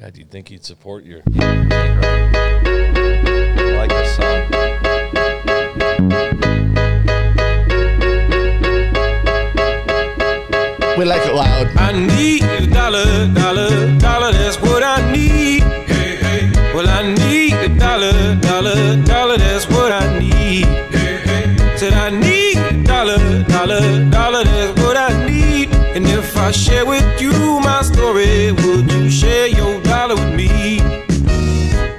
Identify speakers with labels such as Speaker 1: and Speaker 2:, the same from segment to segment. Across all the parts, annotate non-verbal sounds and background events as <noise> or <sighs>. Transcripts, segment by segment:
Speaker 1: God, you'd think he'd support your.
Speaker 2: I like this song.
Speaker 3: We like it loud.
Speaker 4: I need a dollar, dollar, dollar, that's what I need. Hey, hey. Well, I need a dollar, dollar, dollar, that's what I need. Hey, hey. Said I need a dollar, dollar, dollar, that's what I need. And if I share with you my story, would you share your dollar with me?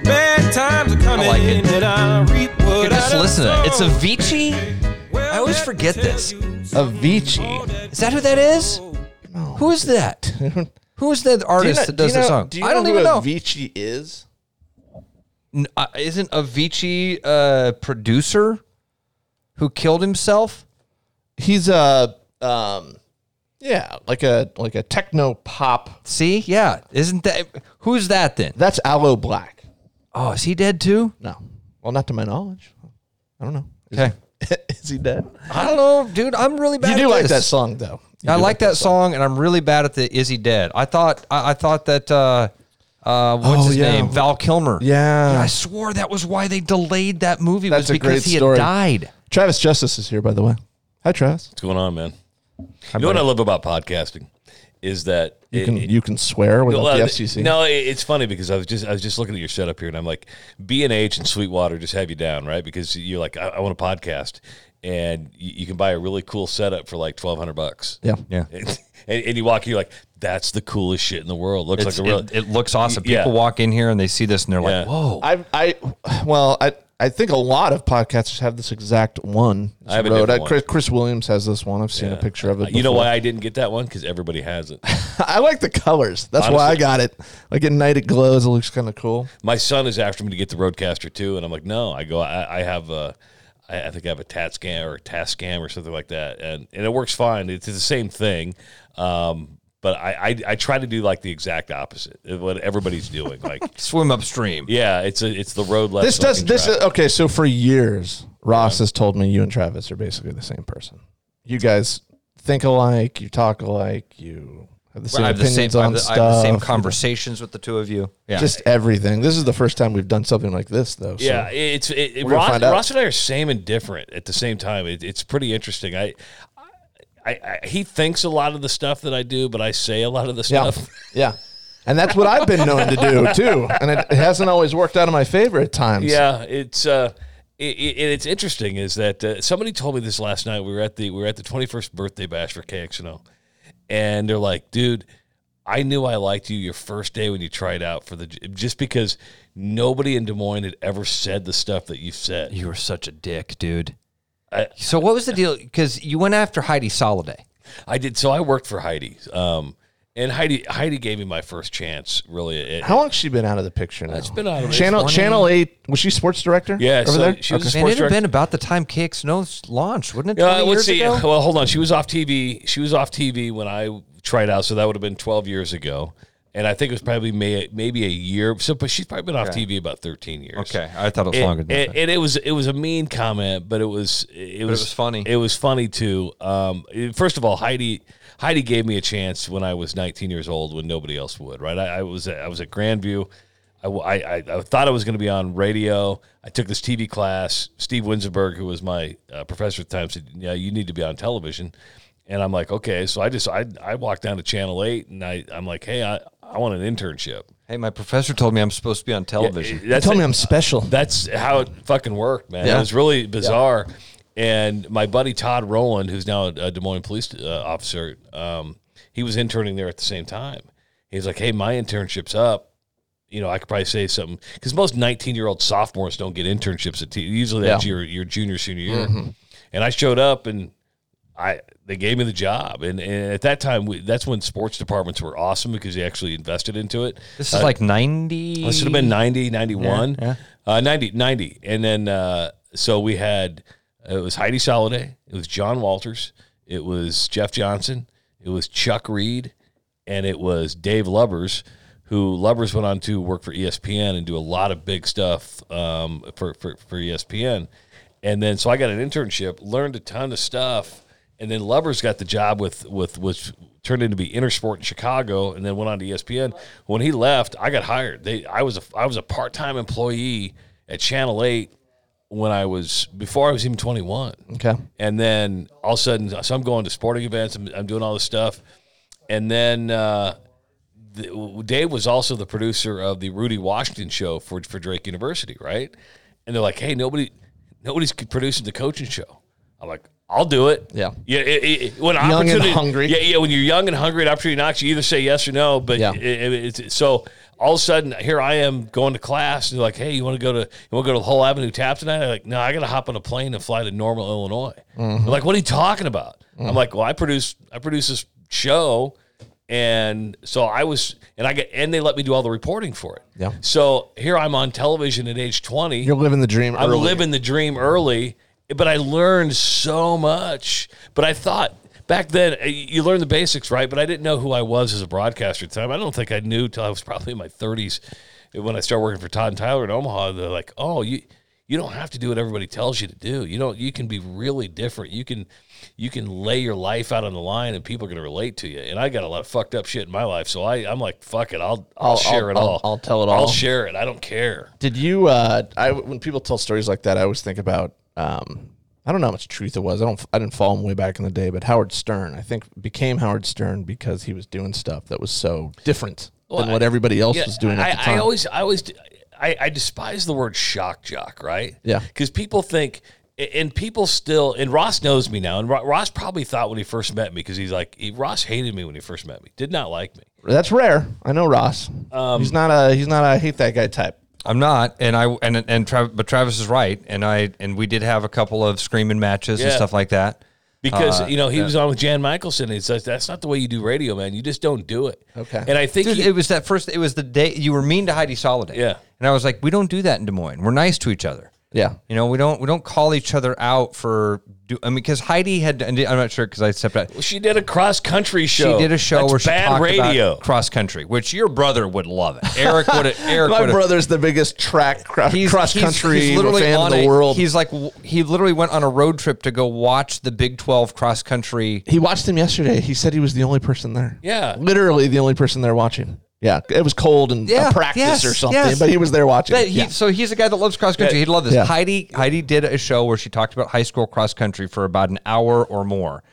Speaker 4: Bad times are coming,
Speaker 2: like it.
Speaker 4: and I reap what
Speaker 2: You just
Speaker 4: I
Speaker 2: listen to
Speaker 4: done
Speaker 2: it. It's
Speaker 4: sown.
Speaker 2: Avicii.
Speaker 4: Well,
Speaker 2: I always
Speaker 4: let me
Speaker 2: forget
Speaker 4: tell
Speaker 2: this.
Speaker 4: you
Speaker 1: Avicii.
Speaker 2: Is that who that is? Who is that? Who is that artist that does
Speaker 1: do you know-
Speaker 2: the song?
Speaker 1: do you
Speaker 2: I don't
Speaker 1: know
Speaker 2: even
Speaker 1: who
Speaker 2: know.
Speaker 1: Avicii is.
Speaker 2: N- uh, isn't Avicii a producer who killed himself?
Speaker 3: He's uh, a um, yeah, like a like a techno pop.
Speaker 2: See, yeah, isn't that who's that then?
Speaker 3: That's Aloe Black.
Speaker 2: Oh, is he dead too?
Speaker 3: No, well, not to my knowledge. I don't know. Is-
Speaker 2: Okay,
Speaker 3: <laughs> is he dead?
Speaker 2: I don't know, dude. I'm really bad.
Speaker 3: You
Speaker 2: at
Speaker 3: do like that
Speaker 2: this.
Speaker 3: song though. You
Speaker 2: I
Speaker 3: do
Speaker 2: like, that song, and I'm really bad at the is he dead? I thought I, I thought that uh, uh, what's
Speaker 3: Oh,
Speaker 2: his
Speaker 3: yeah.
Speaker 2: name? Val Kilmer.
Speaker 3: Yeah.
Speaker 2: I swore that was why they delayed that movie
Speaker 3: That's
Speaker 2: was
Speaker 3: a
Speaker 2: because
Speaker 3: great
Speaker 2: he
Speaker 3: story.
Speaker 2: had died.
Speaker 3: Travis Justice is here, by the way. Hi, Travis.
Speaker 1: What's going on, man? you know what I love about podcasting is that
Speaker 3: You
Speaker 1: it-
Speaker 3: can
Speaker 1: it-
Speaker 3: you can swear without
Speaker 1: Well,
Speaker 3: the
Speaker 1: th-
Speaker 3: FCC.
Speaker 1: No, it- it's funny because I was just I was just looking at your setup here, and I'm like, B and H and Sweetwater just have you down, right? Because you're like, I, I want a podcast, and you, you can buy a really cool setup for like twelve hundred bucks.
Speaker 3: Yeah.
Speaker 2: Yeah.
Speaker 1: <laughs> and, and you walk, in, you're like, that's the coolest shit in the world. Looks
Speaker 2: It's-
Speaker 1: like a real.
Speaker 2: it, it looks awesome.
Speaker 1: Yeah.
Speaker 2: People walk in here and they see this and they're
Speaker 1: Yeah.
Speaker 2: like, "Whoa!"
Speaker 3: I I well I I think a lot of podcasters have this exact one.
Speaker 1: I have a
Speaker 3: Wrote-
Speaker 1: different
Speaker 3: uh, Chris, Chris Williams has this one. I've seen a picture of it.
Speaker 1: you know
Speaker 3: before.
Speaker 1: why I didn't get that one? Because everybody has it.
Speaker 3: I like the colors. That's why I
Speaker 1: Honestly.
Speaker 3: got it. Like at night, it glows. It looks kind of cool.
Speaker 1: My son is after me to get the Roadcaster too, and I'm like, no. I go, I, I have a, I, I think I have a tat scan or a task scan or something like that, and and it works fine. It's the same thing, um, but I, I I try to do like the exact opposite of what everybody's
Speaker 3: <laughs>
Speaker 1: doing. Like,
Speaker 2: Swim upstream.
Speaker 1: yeah, it's a, it's the road less.
Speaker 3: This does
Speaker 1: fucking
Speaker 3: this. uh,
Speaker 1: traffic.
Speaker 3: okay, so for years, Ross has told me you and Travis are basically the same person. You guys think alike. You talk alike. You have the same
Speaker 2: I have the
Speaker 3: opinions
Speaker 2: same. I
Speaker 3: on
Speaker 2: have the, I
Speaker 3: stuff.
Speaker 2: have the same conversations with the two of you. Yeah.
Speaker 3: Just everything. This is the first time we've done something like this, though. so-
Speaker 1: Yeah, it's it, it,
Speaker 3: We're gonna
Speaker 1: Ross,
Speaker 3: find out.
Speaker 1: Ross and I are same and different at the same time. It, it's pretty interesting. I, I, I he thinks a lot of the stuff that I do, but I say a lot of the
Speaker 3: Yeah.
Speaker 1: stuff.
Speaker 3: Yeah. And that's what I've been known to do too. And it, it hasn't always worked out in my favor at times.
Speaker 1: Yeah, it's uh, it, it, it's interesting is that uh, somebody told me this last night. We were at the we were at the 21st birthday bash for KXNO, and they're like, dude. I knew I liked you your first day when you tried out for the just because nobody in Des Moines had ever said the stuff that you said.
Speaker 2: you were such a dick, dude.
Speaker 1: I-
Speaker 2: so what was the deal? Because you went after Heidi Soliday.
Speaker 1: I did. So I worked for Heidi. Um, and Heidi Heidi gave me my first chance. Really, It-
Speaker 3: How long's she been out of the picture now?
Speaker 1: it's been out of
Speaker 3: Channel Channel Eight was she sports director?
Speaker 1: Yeah,
Speaker 3: over
Speaker 1: so
Speaker 3: there.
Speaker 1: she was a
Speaker 2: Man,
Speaker 1: sports
Speaker 2: it'd have
Speaker 1: director.
Speaker 2: been about the time Kicks Nose launched, wouldn't it?
Speaker 1: Yeah,
Speaker 2: 20
Speaker 1: let's
Speaker 2: years
Speaker 1: see.
Speaker 2: ago?
Speaker 1: <laughs> Well, hold on. She was off TV. She was off TV when I tried out, so that would have been twelve years ago. And I think it was probably may, maybe a year. So, but she's probably been off TV about thirteen years.
Speaker 2: Okay, I thought it was
Speaker 1: And-
Speaker 2: longer than
Speaker 1: and,
Speaker 2: that.
Speaker 1: and it was it was a mean comment, but it was it was,
Speaker 2: was funny.
Speaker 1: It was funny too. Um, it- first of all, Heidi Heidi gave me a chance when I was 19 years old when nobody else would. Right, I, I was at, I was at Grandview. I, w- I- I- I thought I was going to be on radio. I took this TV class. Steve Winsenberg, who was my uh, professor at the time, said, "Yeah, you need to be on television." And I'm like, "Okay." So I just I, I walked down to Channel Eight, and I I'm like, "Hey, I, I want an internship."
Speaker 2: Hey, my professor told me I'm supposed to be on television.
Speaker 1: That's
Speaker 3: Tell me
Speaker 1: it.
Speaker 3: I'm special.
Speaker 1: That's how it fucking worked, man. It was really bizarre. And my buddy Todd Rowland, who's now a Des Moines police uh, officer, um, he was interning there at the same time. He was like, "Hey, my internship's up. You know, I could probably say something because most 19 year old sophomores don't get internships at T. Usually that's your your junior senior year." And I showed up and I they gave me the job, and, and at that time we, that's when sports departments were awesome because they actually invested into it.
Speaker 2: this is like 90.
Speaker 1: It should have been 90, 91, Uh, 90, 90. And then, uh, so we had, it was Heidi Soliday, it was John Walters, it was Jeff Johnson, it was Chuck Reed, and it was Dave Lubbers, who Lubbers went on to work for E ESPN and do a lot of big stuff um, for, for, for ESPN. And then, so I got an internship, learned a ton of stuff, And then Lubbers got the job with with which turned into be Intersport in Chicago, and then went on to E ESPN. When he left, I got hired. They I was a I was a part time employee at Channel Eight when I was before I was even twenty one.
Speaker 3: Okay.
Speaker 1: And then all of a sudden, so I'm going to sporting events. I'm, I'm doing all this stuff, and then uh, the, Dave was also the producer of the Rudy Washington show for for Drake University, right? And they're like, "Hey, nobody, nobody's producing the coaching show." I'm like, "I'll do it."
Speaker 3: Yeah.
Speaker 1: yeah. It, it, when
Speaker 3: Young and
Speaker 1: opportunity-
Speaker 3: hungry.
Speaker 1: Yeah, yeah. When you're young and hungry, and opportunity knocks, you either say yes or no. But
Speaker 3: Yeah.
Speaker 1: it, it- it's, so all of a sudden, here I am going to class, and they're like, "Hey, you want to go to you want to go to Whole Avenue Tap tonight?" I'm like, "No, I got to hop on a plane and fly to Normal, Illinois."
Speaker 3: Mm-hmm.
Speaker 1: They're like, "What are you talking about?" I'm like, "Well, I produce I produce this show." And so I was, and I get, and they let me do all the reporting for it.
Speaker 3: Yeah.
Speaker 1: So here I'm on television at age 20.
Speaker 3: You're living the dream.
Speaker 1: I'm
Speaker 3: early.
Speaker 1: living the dream early, but I learned so much. But I thought back then uh, you learn the basics, right? But I didn't know who I was as a broadcaster at the time. I don't think I knew till I was probably in my 30s when I started working for Todd and Tyler in Omaha. They're like, "Oh, you you don't have to do what everybody tells you to do. You don't. You can be really different. You can you can lay your life out on the line, and people are going to relate to you." And I got a lot of fucked up shit in my life, so I I'm like, "Fuck it, I'll I'll,
Speaker 3: I'll-
Speaker 1: share it
Speaker 3: I'll-
Speaker 1: all.
Speaker 3: I'll tell it
Speaker 1: I'll
Speaker 3: all."
Speaker 1: share it. I don't care."
Speaker 3: Did you? Uh, I when people tell stories like that, I always think about. Um, I don't know how much truth it was. I don't. I didn't follow him way back in the day, but Howard Stern. I think became Howard Stern because he was doing stuff that was so different than what everybody else was doing
Speaker 1: I,
Speaker 3: at the time.
Speaker 1: I always, I always, I, I despise the word shock jock, right?
Speaker 3: Yeah.
Speaker 1: Because people think, and people still, and Ross knows me now, and Ro- Ross probably thought when he first met me, because he's like, he, Ross hated me when he first met me, did not like me.
Speaker 3: That's rare. I know Ross. he's not a. He's not a hate that guy type.
Speaker 2: I'm not, and I and and Trav, but Travis is right, and I and we did have a couple of screaming matches and
Speaker 1: Yeah.
Speaker 2: stuff like that.
Speaker 1: Because
Speaker 2: Uh,
Speaker 1: you know he was on with Jan Michelson, and he says that's not the way you do radio, man. You just don't do it.
Speaker 3: Okay.
Speaker 1: And I think
Speaker 2: Dude,
Speaker 1: he-
Speaker 2: it was that first. It was the day you were mean to Heidi Soliday.
Speaker 1: Yeah.
Speaker 2: and I was like, we don't do that in Des Moines. We're nice to each other.
Speaker 3: Yeah.
Speaker 2: You know, we don't we don't call each other out for. Do, I mean, because Heidi had. and I'm not sure because I stepped out.
Speaker 1: she did a cross country show.
Speaker 2: She did a show
Speaker 1: That's
Speaker 2: where she
Speaker 1: bad
Speaker 2: talked
Speaker 1: radio.
Speaker 2: about cross country, which your brother would love it. Eric
Speaker 3: <laughs>
Speaker 2: would. Eric
Speaker 3: My
Speaker 2: would.
Speaker 3: brother's the biggest track cross country fan of
Speaker 2: on
Speaker 3: the
Speaker 2: a-
Speaker 3: world.
Speaker 2: He's like w- he literally went on a road trip to go watch the Big Twelve cross country.
Speaker 3: he watched him yesterday. He said he was the only person there.
Speaker 1: Yeah.
Speaker 3: Literally the only person there watching. Yeah. It was cold and
Speaker 2: Yeah,
Speaker 3: a practice
Speaker 2: yes,
Speaker 3: or something,
Speaker 2: yes.
Speaker 3: but he was there watching.
Speaker 2: But he,
Speaker 3: yeah.
Speaker 2: So he's a guy that loves cross country. He'd love this.
Speaker 3: Yeah.
Speaker 2: Heidi Heidi did a show where she talked about high school cross country for about an hour or more.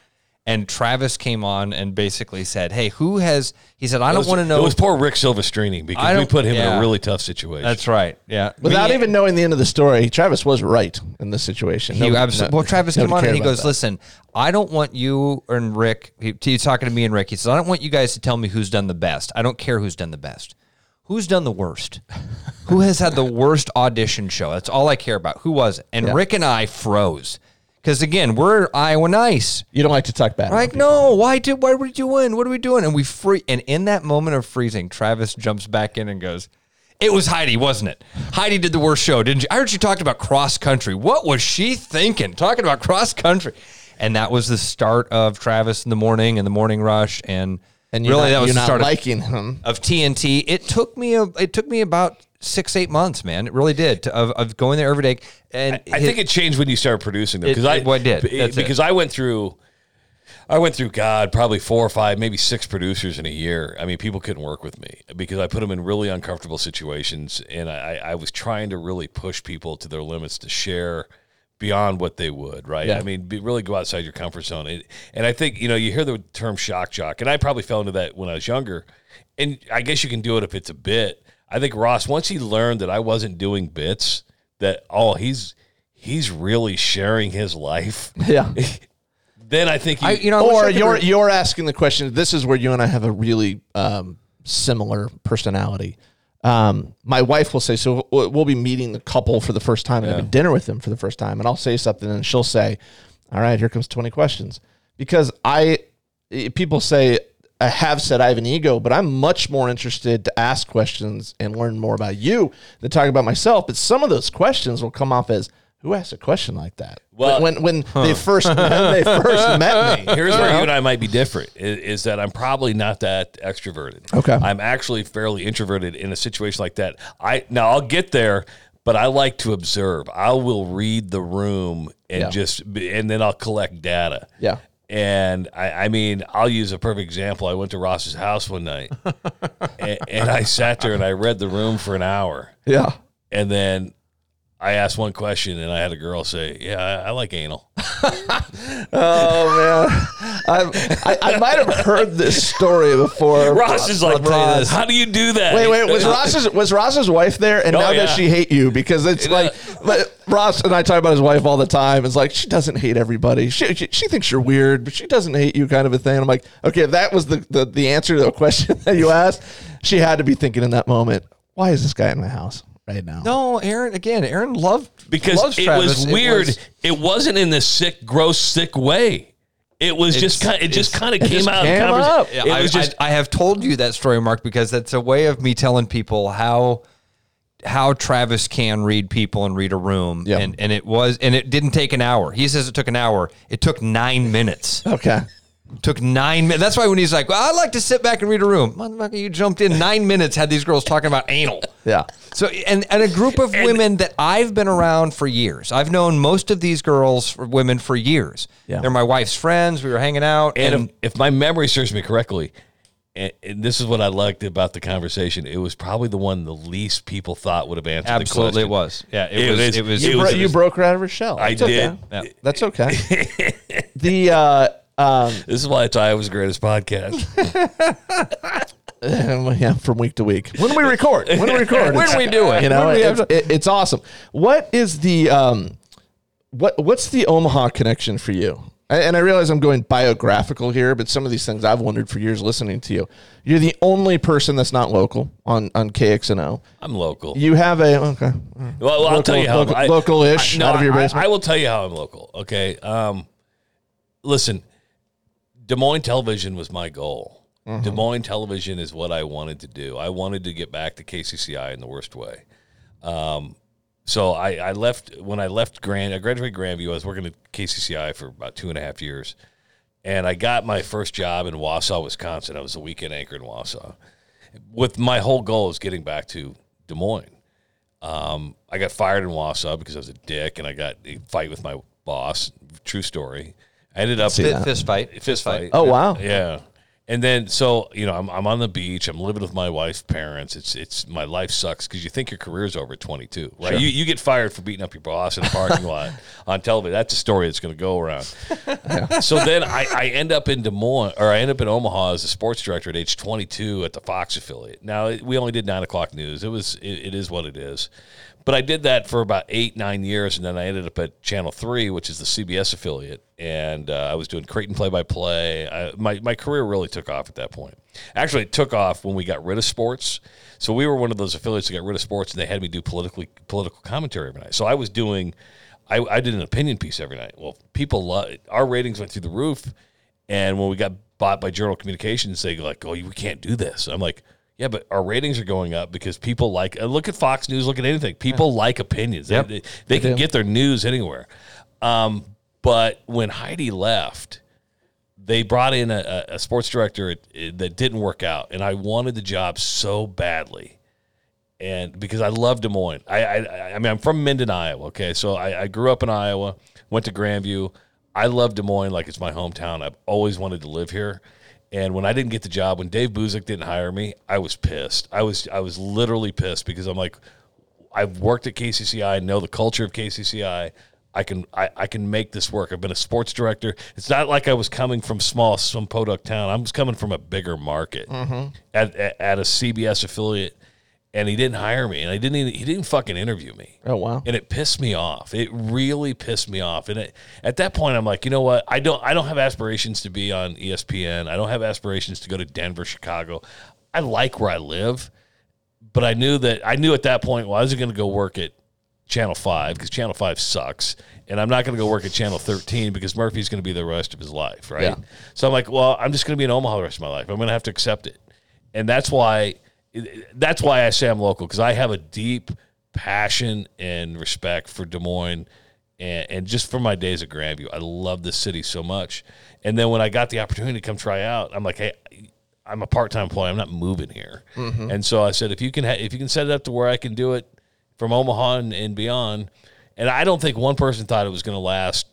Speaker 2: And Travis came on and basically said, "Hey, who has?" He said, "I don't want to know."
Speaker 1: It was poor Rick Silvestrini
Speaker 2: I
Speaker 1: because we
Speaker 2: don't-
Speaker 1: put him in
Speaker 2: yeah.
Speaker 1: a really tough situation.
Speaker 2: That's right. Yeah.
Speaker 3: Without
Speaker 2: Me-
Speaker 3: even knowing the end of the story, Travis was right in this situation.
Speaker 2: He
Speaker 3: No-
Speaker 2: abso-
Speaker 3: no-
Speaker 2: well, Travis
Speaker 3: nobody
Speaker 2: came on
Speaker 3: cared
Speaker 2: and he
Speaker 3: about
Speaker 2: goes,
Speaker 3: that.
Speaker 2: "Listen, I don't want you and Rick." He, he's talking to me and Rick. He says, "I don't want you guys to tell me who's done the best. I don't care who's done the best. Who's done the
Speaker 3: <laughs>
Speaker 2: worst? Who has had the worst audition show? That's all I care about. Who was it?" And Rick and I froze because again, we're Iowa nice.
Speaker 3: You don't like to talk bad. about
Speaker 2: Like,
Speaker 3: people.
Speaker 2: no, why did? What are we doing? What are we doing? And we free. And in that moment of freezing, Travis jumps back in and goes. It was Heidi, wasn't it? Heidi did the worst show, didn't you? I heard you talked about cross country. What was she thinking? Talking about cross country, and that was the start of Travis in the morning and the morning rush, and,
Speaker 3: And you're
Speaker 2: really
Speaker 3: really, not,
Speaker 2: that was
Speaker 3: you're
Speaker 2: the
Speaker 3: not
Speaker 2: start of-
Speaker 3: liking him. <laughs>
Speaker 2: of, TNT. It took me a, it took me about six eight months, man. It really did to, of, of going there every day. And
Speaker 1: I think it changed when you started producing them
Speaker 2: It-
Speaker 1: because I
Speaker 2: it- well, it did.
Speaker 1: b-
Speaker 2: That's it.
Speaker 1: because I went through I went through God probably four or five maybe six producers in a year. I mean, people couldn't work with me because I put them in really uncomfortable situations, and I, I I was trying to really push people to their limits to share beyond what they would. Right? I mean, be, really go outside your comfort zone. It, and I think you know you hear the term shock jock, and I probably fell into that when I was younger. And I guess you can do it if it's a bit. I think Ross once he learned that I wasn't doing bits, that oh he's he's really sharing his life. <laughs>
Speaker 3: Yeah.
Speaker 1: then I think he,
Speaker 2: I, you know, I wish I
Speaker 3: or
Speaker 2: could
Speaker 3: you're
Speaker 2: re-
Speaker 3: you're asking the question. This is where you and I have a really um, similar personality. Um, my wife will say, so we'll we'll be meeting the couple for the first time and having dinner with them for the first time, and I'll say something, and she'll say, "All right, here comes twenty questions," because I eh, people say I have said I have an ego, but I'm much more interested to ask questions and learn more about you than talk about myself. But some of those questions will come off as. Who asked a question like that?
Speaker 1: Well-
Speaker 3: when when they first when they first met me,
Speaker 1: here's where you
Speaker 3: Uh-huh.
Speaker 1: and I might be different i- is, that I'm probably not that extroverted.
Speaker 3: Okay.
Speaker 1: I'm actually fairly introverted in a situation like that. I now I'll get there, but I like to observe. I will read the room and
Speaker 3: Yeah.
Speaker 1: just be- and then I'll collect data.
Speaker 3: Yeah.
Speaker 1: And I, I mean, I'll use a perfect example. I went to Ross's house one night <laughs> and, and I sat there and I read the room for an hour.
Speaker 3: Yeah.
Speaker 1: And then I asked one question and I had a girl say, Yeah, I, I like anal. <laughs>
Speaker 3: Oh man, I've, I I might have heard this story before.
Speaker 1: <laughs> Ross is like,
Speaker 3: Ross.
Speaker 1: Ross, How do you do that? <laughs>
Speaker 3: Wait, wait. Was Ross's was Ross's wife there? And
Speaker 1: Oh,
Speaker 3: now
Speaker 1: yeah.
Speaker 3: does she hate you? Because it's like but Ross and I talk about his wife all the time. It's like she doesn't hate everybody. She, she she thinks you're weird, but she doesn't hate you, kind of a thing. I'm like, okay, if that was the the, the answer to the question <laughs> that you asked, she had to be thinking in that moment, why is this guy in my house right now?
Speaker 2: No, Aaron. Again, Aaron loved
Speaker 1: because
Speaker 2: loves
Speaker 1: it
Speaker 2: Travis.
Speaker 1: was weird. It,
Speaker 2: was-
Speaker 1: was, not in this sick, gross, sick way. It was just
Speaker 2: It's-
Speaker 1: kind. It just
Speaker 2: it's-
Speaker 1: kind of came
Speaker 3: just
Speaker 1: out.
Speaker 3: came
Speaker 1: in conversation.
Speaker 3: up.
Speaker 2: Yeah,
Speaker 1: It
Speaker 2: I,
Speaker 1: was just.
Speaker 2: I, I have told you that story, Mark, because that's a way of me telling people how how Travis can read people and read a room.
Speaker 3: Yeah.
Speaker 2: And and it was and it didn't take an hour. He says it took an hour. It took nine minutes.
Speaker 3: Okay.
Speaker 2: took nine minutes. That's why when he's like, well, I like to sit back and read a room. Motherfucker, you jumped in nine minutes, had these girls talking about anal.
Speaker 3: <laughs> Yeah.
Speaker 2: So and and a group of women that I've been around for years. I've known most of these girls, for women, for years.
Speaker 3: Yeah.
Speaker 2: They're my wife's friends. We were hanging out, and,
Speaker 1: and if, if my memory serves me correctly, and, and this is what I liked about the conversation, it was probably the one the least people thought would have answered. the
Speaker 2: absolutely, it
Speaker 1: question.
Speaker 2: was. Yeah, it,
Speaker 1: It
Speaker 2: was,
Speaker 1: was-
Speaker 2: It was.
Speaker 1: you
Speaker 2: It
Speaker 1: bro-
Speaker 2: was.
Speaker 1: it
Speaker 3: you
Speaker 1: was-
Speaker 3: broke her out of her shell.
Speaker 1: I
Speaker 3: It's okay.
Speaker 1: did.
Speaker 2: Yeah.
Speaker 3: That's okay.
Speaker 1: <laughs>
Speaker 3: the uh, um,
Speaker 1: This is why I thought it was the greatest podcast. <laughs>
Speaker 3: <laughs> Um, yeah, from week to week. When do we <laughs> record? When do we record?
Speaker 2: When
Speaker 3: It's-
Speaker 2: we do it?
Speaker 3: <laughs> You know,
Speaker 2: When we
Speaker 3: it's, it- it's awesome. What is the um, what what's the Omaha connection for you? A- And I realize I'm going biographical here, but some of these things I've wondered for years listening to you. You're the only person that's not local on on KXNO.
Speaker 1: I'm local.
Speaker 3: You have a okay.
Speaker 1: Well, I'll tell you how
Speaker 3: local,
Speaker 1: I-
Speaker 3: local-ish out of your
Speaker 1: I-
Speaker 3: basement.
Speaker 1: I, will tell you how I'm local. Okay. Um, listen, Des Moines Television was my goal.
Speaker 3: Mm-hmm.
Speaker 1: Des Moines Television is what I wanted to do. I wanted to get back to KCCI in the worst way. Um, so I, I left when I left Grand. I graduated Grandview. I was working at KCCI for about two and a half years, and I got my first job in Wausau, Wisconsin. I was a weekend anchor in Wausau. With my whole goal is getting back to Des Moines. Um, I got fired in Wausau because I was a dick, and I got a fight with my boss. True story. I ended up
Speaker 2: Fi- fist fight.
Speaker 1: fist fight.
Speaker 3: oh wow.
Speaker 1: yeah. And then so you know, I'm, I'm on the beach. I'm living with my wife's parents. It's it's my life sucks because you think your career's over at 22, right? You you get fired for beating up your boss in a
Speaker 2: <laughs>
Speaker 1: parking lot on television. That's a story that's going to go around. So then I, I end up in Des Moines, or I end up in Omaha as a sports director at age 22 at the Fox affiliate. Now it- we only did nine o'clock news. It was it, it is what it is. But I did that for about eight nine years, and then I ended up at Channel Three, which is the CBS affiliate, and uh, I was doing Creighton play by play. My my career really took off at that point. Actually, it took off when we got rid of sports. So we were one of those affiliates that got rid of sports, and they had me do politically political commentary every night. So I was doing. I, I did an opinion piece every night. Well, people love our ratings went through the roof, and when we got bought by Journal Communications, they go like, "Oh, you- we can't do this." I'm like, "Yeah, but our ratings are going up because people like uh, look at Fox News, look at anything. People like opinions. They- They, they, can get their news anywhere." Um, but when Heidi left, they brought in a, a a sports director at- at- that didn't work out, and I wanted the job so badly and because I love Des Moines. I, I I mean I'm from Minden, Iowa. Okay, so I, I grew up in Iowa, went to Grandview. I love Des Moines like it's my hometown. I've always wanted to live here. And when I didn't get the job, when Dave Buzik didn't hire me, I was pissed. I was I was literally pissed because I'm like, I've worked at KCCI, know the culture of KCCI. I can I, I can make this work. I've been a sports director. It's not like I was coming from small some podunk town. I'm just coming from a bigger market at, at at a CBS affiliate, and he didn't hire me, and I didn't even, he didn't fucking interview me.
Speaker 3: Oh wow.
Speaker 1: And it pissed me off. It really pissed me off. And it, at that point, I'm like, you know what? I don't. I don't have aspirations to be on E ESPN. I don't have aspirations to go to Denver, Chicago. I like where I live, but I knew that I knew at that point, well, I wasn't going to go work at Channel Five because Channel Five sucks, and I'm not going to go work at Channel 13 because Murphy's going to be the rest of his life, right?
Speaker 3: Yeah.
Speaker 1: So I'm like, well, I'm just going to be in Omaha the rest of my life. I'm going to have to accept it, and that's why that's why I say I'm local because I have a deep passion and respect for Des Moines. And, and just for my days at Grandview, I love this city so much. And then when I got the opportunity to come try out, I'm like, hey, I'm a part time employee. I'm not moving here.
Speaker 3: Mm-hmm.
Speaker 1: And so I said, if you can, ha- if you can set it up to where I can do it from Omaha and, and beyond, and I don't think one person thought it was going to last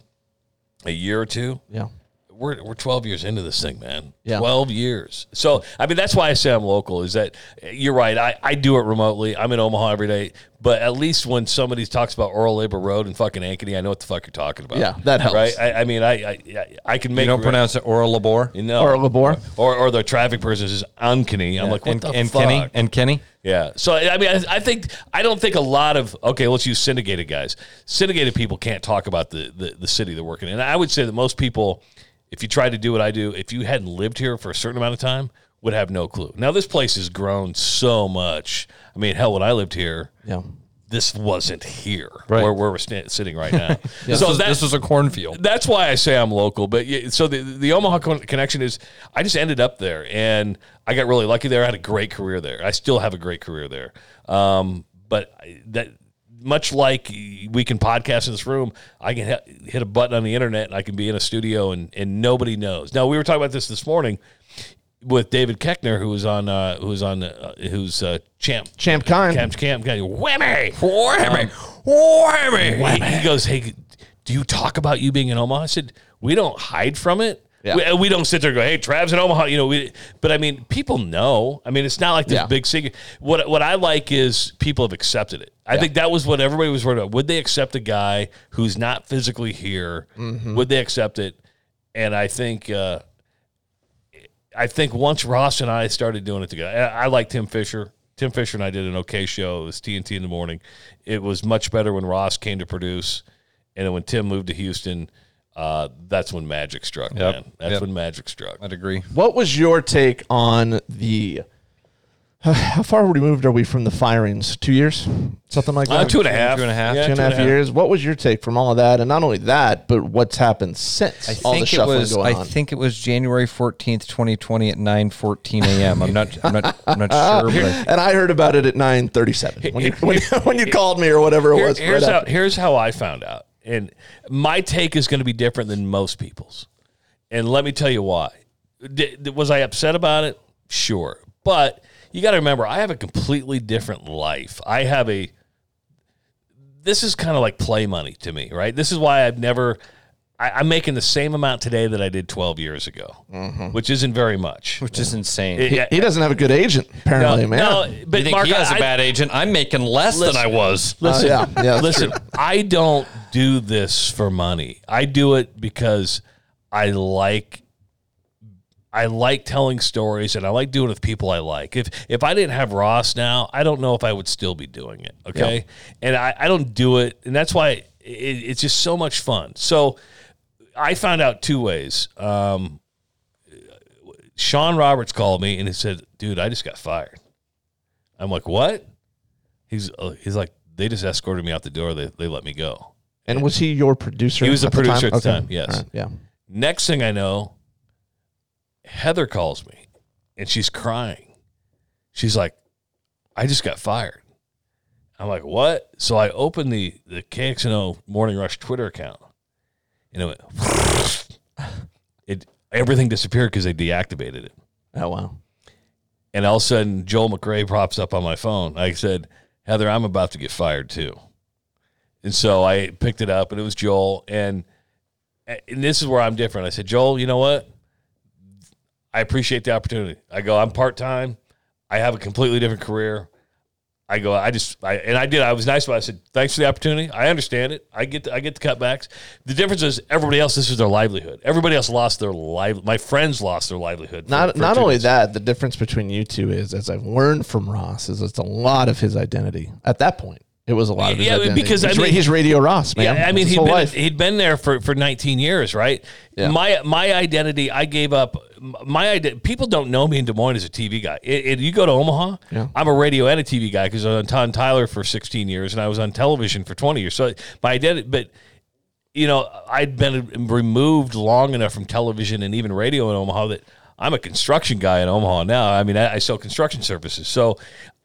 Speaker 1: a year or two
Speaker 3: Yeah.
Speaker 1: we're we're 12 years into this thing, man.
Speaker 3: Yeah.
Speaker 1: 12 years. So, I mean, that's why I say I'm local is that you're right. I, I do it remotely. I'm in Omaha every day, but at least when somebody talks about Oral Labor Road and fucking Ankeny, I know what the fuck you're talking about.
Speaker 3: Yeah, that helps.
Speaker 1: Right? I, I mean, I, I I- I can make
Speaker 2: You don't pronounce it oral labor?
Speaker 1: you know,
Speaker 3: Or Labor.
Speaker 1: or or the traffic person says Ankeny. I'm like, what
Speaker 2: and
Speaker 1: the
Speaker 2: and
Speaker 1: fuck?
Speaker 2: Kenny? And Kenny?
Speaker 1: Yeah. So I I mean, I, I think I don't think a lot of okay. Let's use syndicated guys. Syndicated people can't talk about the, the the city they're working in. And I would say that most people, if you tried to do what I do, if you hadn't lived here for a certain amount of time, would have no clue. Now this place has grown so much. I mean, hell, when I lived here,
Speaker 3: Yeah.
Speaker 1: this wasn't here
Speaker 2: Right.
Speaker 1: where, where we're sta- sitting right <laughs> now.
Speaker 2: This, was, this was a cornfield.
Speaker 1: that's why I say I'm local. But yeah, so the the Omaha con- connection is I just ended up there, and I got really lucky there. I had a great career there. I still have a great career there. Um, but I- that much like we can podcast in this room, I can hit hit a button on the internet, and I can be in a studio, and and nobody knows. Now we were talking about this this morning with David Keckner, who was on uh, who was on uh, who's uh, champ
Speaker 3: Champ Kime.
Speaker 1: Camp Camp guy, whammy, Um,
Speaker 2: Whammy.
Speaker 1: Whammy. He goes, hey, do you talk about you being in Omaha? I said, we don't hide from it. We,
Speaker 3: Yeah.
Speaker 1: we don't sit there and go, hey, Trav's in Omaha. You know, we, but I mean, people know. I mean, it's not like this
Speaker 3: Yeah.
Speaker 1: big secret. What what I like is people have accepted it. I think that was what everybody was worried about. Would they accept a guy who's not physically here? Would they accept it? And I think. Uh, I think once Ross and I started doing it together, I, I like Tim Fisher. Tim Fisher and I did an okay show. It was TNT in the morning. It was much better when Ross came to produce, and then when Tim moved to Houston, uh, that's when magic struck. Man, that's
Speaker 2: Yep.
Speaker 1: when magic struck.
Speaker 2: I'd agree.
Speaker 3: What was your take on the? How far removed are we from the firings? Two years, something like
Speaker 1: Uh,
Speaker 3: that.
Speaker 1: two and a half,
Speaker 2: two and a half.
Speaker 1: Yeah,
Speaker 3: Two and a half years. What was your take from all of that, and not only that, but what's happened since all the shuffling
Speaker 2: it was.
Speaker 3: going
Speaker 2: I
Speaker 3: on?
Speaker 2: think it was January fourteenth, twenty twenty, at nine fourteen a.m. I'm not. I'm not. I'm not sure.
Speaker 1: <laughs>
Speaker 2: But
Speaker 3: and I heard about it at nine thirty-seven when you when, you- when you called me or whatever it
Speaker 1: Here-
Speaker 3: was. right
Speaker 1: here's, how,
Speaker 3: after.
Speaker 1: here's how I found out. And my take is going to be different than most people's. And let me tell you why. D- d- was I upset about it? Sure. But you got to remember, I have a completely different life. I have a. This is kind of like play money to me, right? This is why I've never. I, I'm making the same amount today that I did 12 years ago, which isn't very much.
Speaker 2: which is insane.
Speaker 1: It-
Speaker 3: Mm-hmm. he, he doesn't have a good agent, apparently, man.
Speaker 1: no, but
Speaker 2: you think
Speaker 1: Mark,
Speaker 2: he has a
Speaker 1: I-
Speaker 2: bad agent? I'm making less than I was.
Speaker 1: Listen,
Speaker 3: Uh, yeah. Yeah, that's
Speaker 1: listen. I don't do this for money. I do it because I like. I like telling stories, and I like doing it with people I like. If if I didn't have Ross now, I don't know if I would still be doing it. Okay, and I, I don't do it, and that's why it, it's just so much fun. So I found out two ways. Um, Sean Roberts called me and he said, "Dude, I just got fired." I'm like, "What?" He's uh, he's like, "They just escorted me out the door. They they let me go."
Speaker 3: and was he your producer?
Speaker 1: He was the
Speaker 3: at
Speaker 1: producer at the time, yes.
Speaker 3: All right, Yeah.
Speaker 1: Next thing I know, Heather calls me and she's crying. She's like, I just got fired. I'm like, what? So I opened the, the KXNO Morning Rush Twitter account and it went, <laughs> it, everything disappeared because they deactivated it.
Speaker 3: Oh wow.
Speaker 1: And all of a sudden, Joel McRae pops up on my phone. I said, Heather, I'm about to get fired too. And so I picked it up, and it was Joel. And and this is where I'm different. I said, Joel, you know what? I appreciate the opportunity. I go, I'm part time. I have a completely different career. I go, I just, I and I did. I was nice, but I said, thanks for the opportunity. I understand it. I get, the, I get the cutbacks. The difference is everybody else. This is their livelihood. Everybody else lost their life. My friends lost their livelihood. for-
Speaker 3: Not
Speaker 1: for
Speaker 3: not
Speaker 1: two
Speaker 3: only
Speaker 1: days.
Speaker 3: that, the difference between you two is, as I've learned from Ross, is it's a lot of his identity. At that point, it was a lot of his
Speaker 1: Yeah,
Speaker 3: identity.
Speaker 1: because, I
Speaker 3: he's, ra-
Speaker 1: mean-
Speaker 3: he's Radio Ross, man.
Speaker 1: Yeah, I mean,
Speaker 3: His
Speaker 1: he'd
Speaker 3: whole
Speaker 1: been,
Speaker 3: life.
Speaker 1: he'd been there for, for 19 years, right?
Speaker 3: Yeah.
Speaker 1: My my identity, I gave up. My idea, people don't know me in Des Moines as a TV guy. It, it- you go to Omaha,
Speaker 3: Yeah.
Speaker 1: I'm a radio and a TV guy because I was on Tom Tyler for 16 years and I was on television for 20 years. So my identity, but you know, I'd been removed long enough from television and even radio in Omaha that I'm a construction guy in Omaha now. I mean, I, I sell construction services. So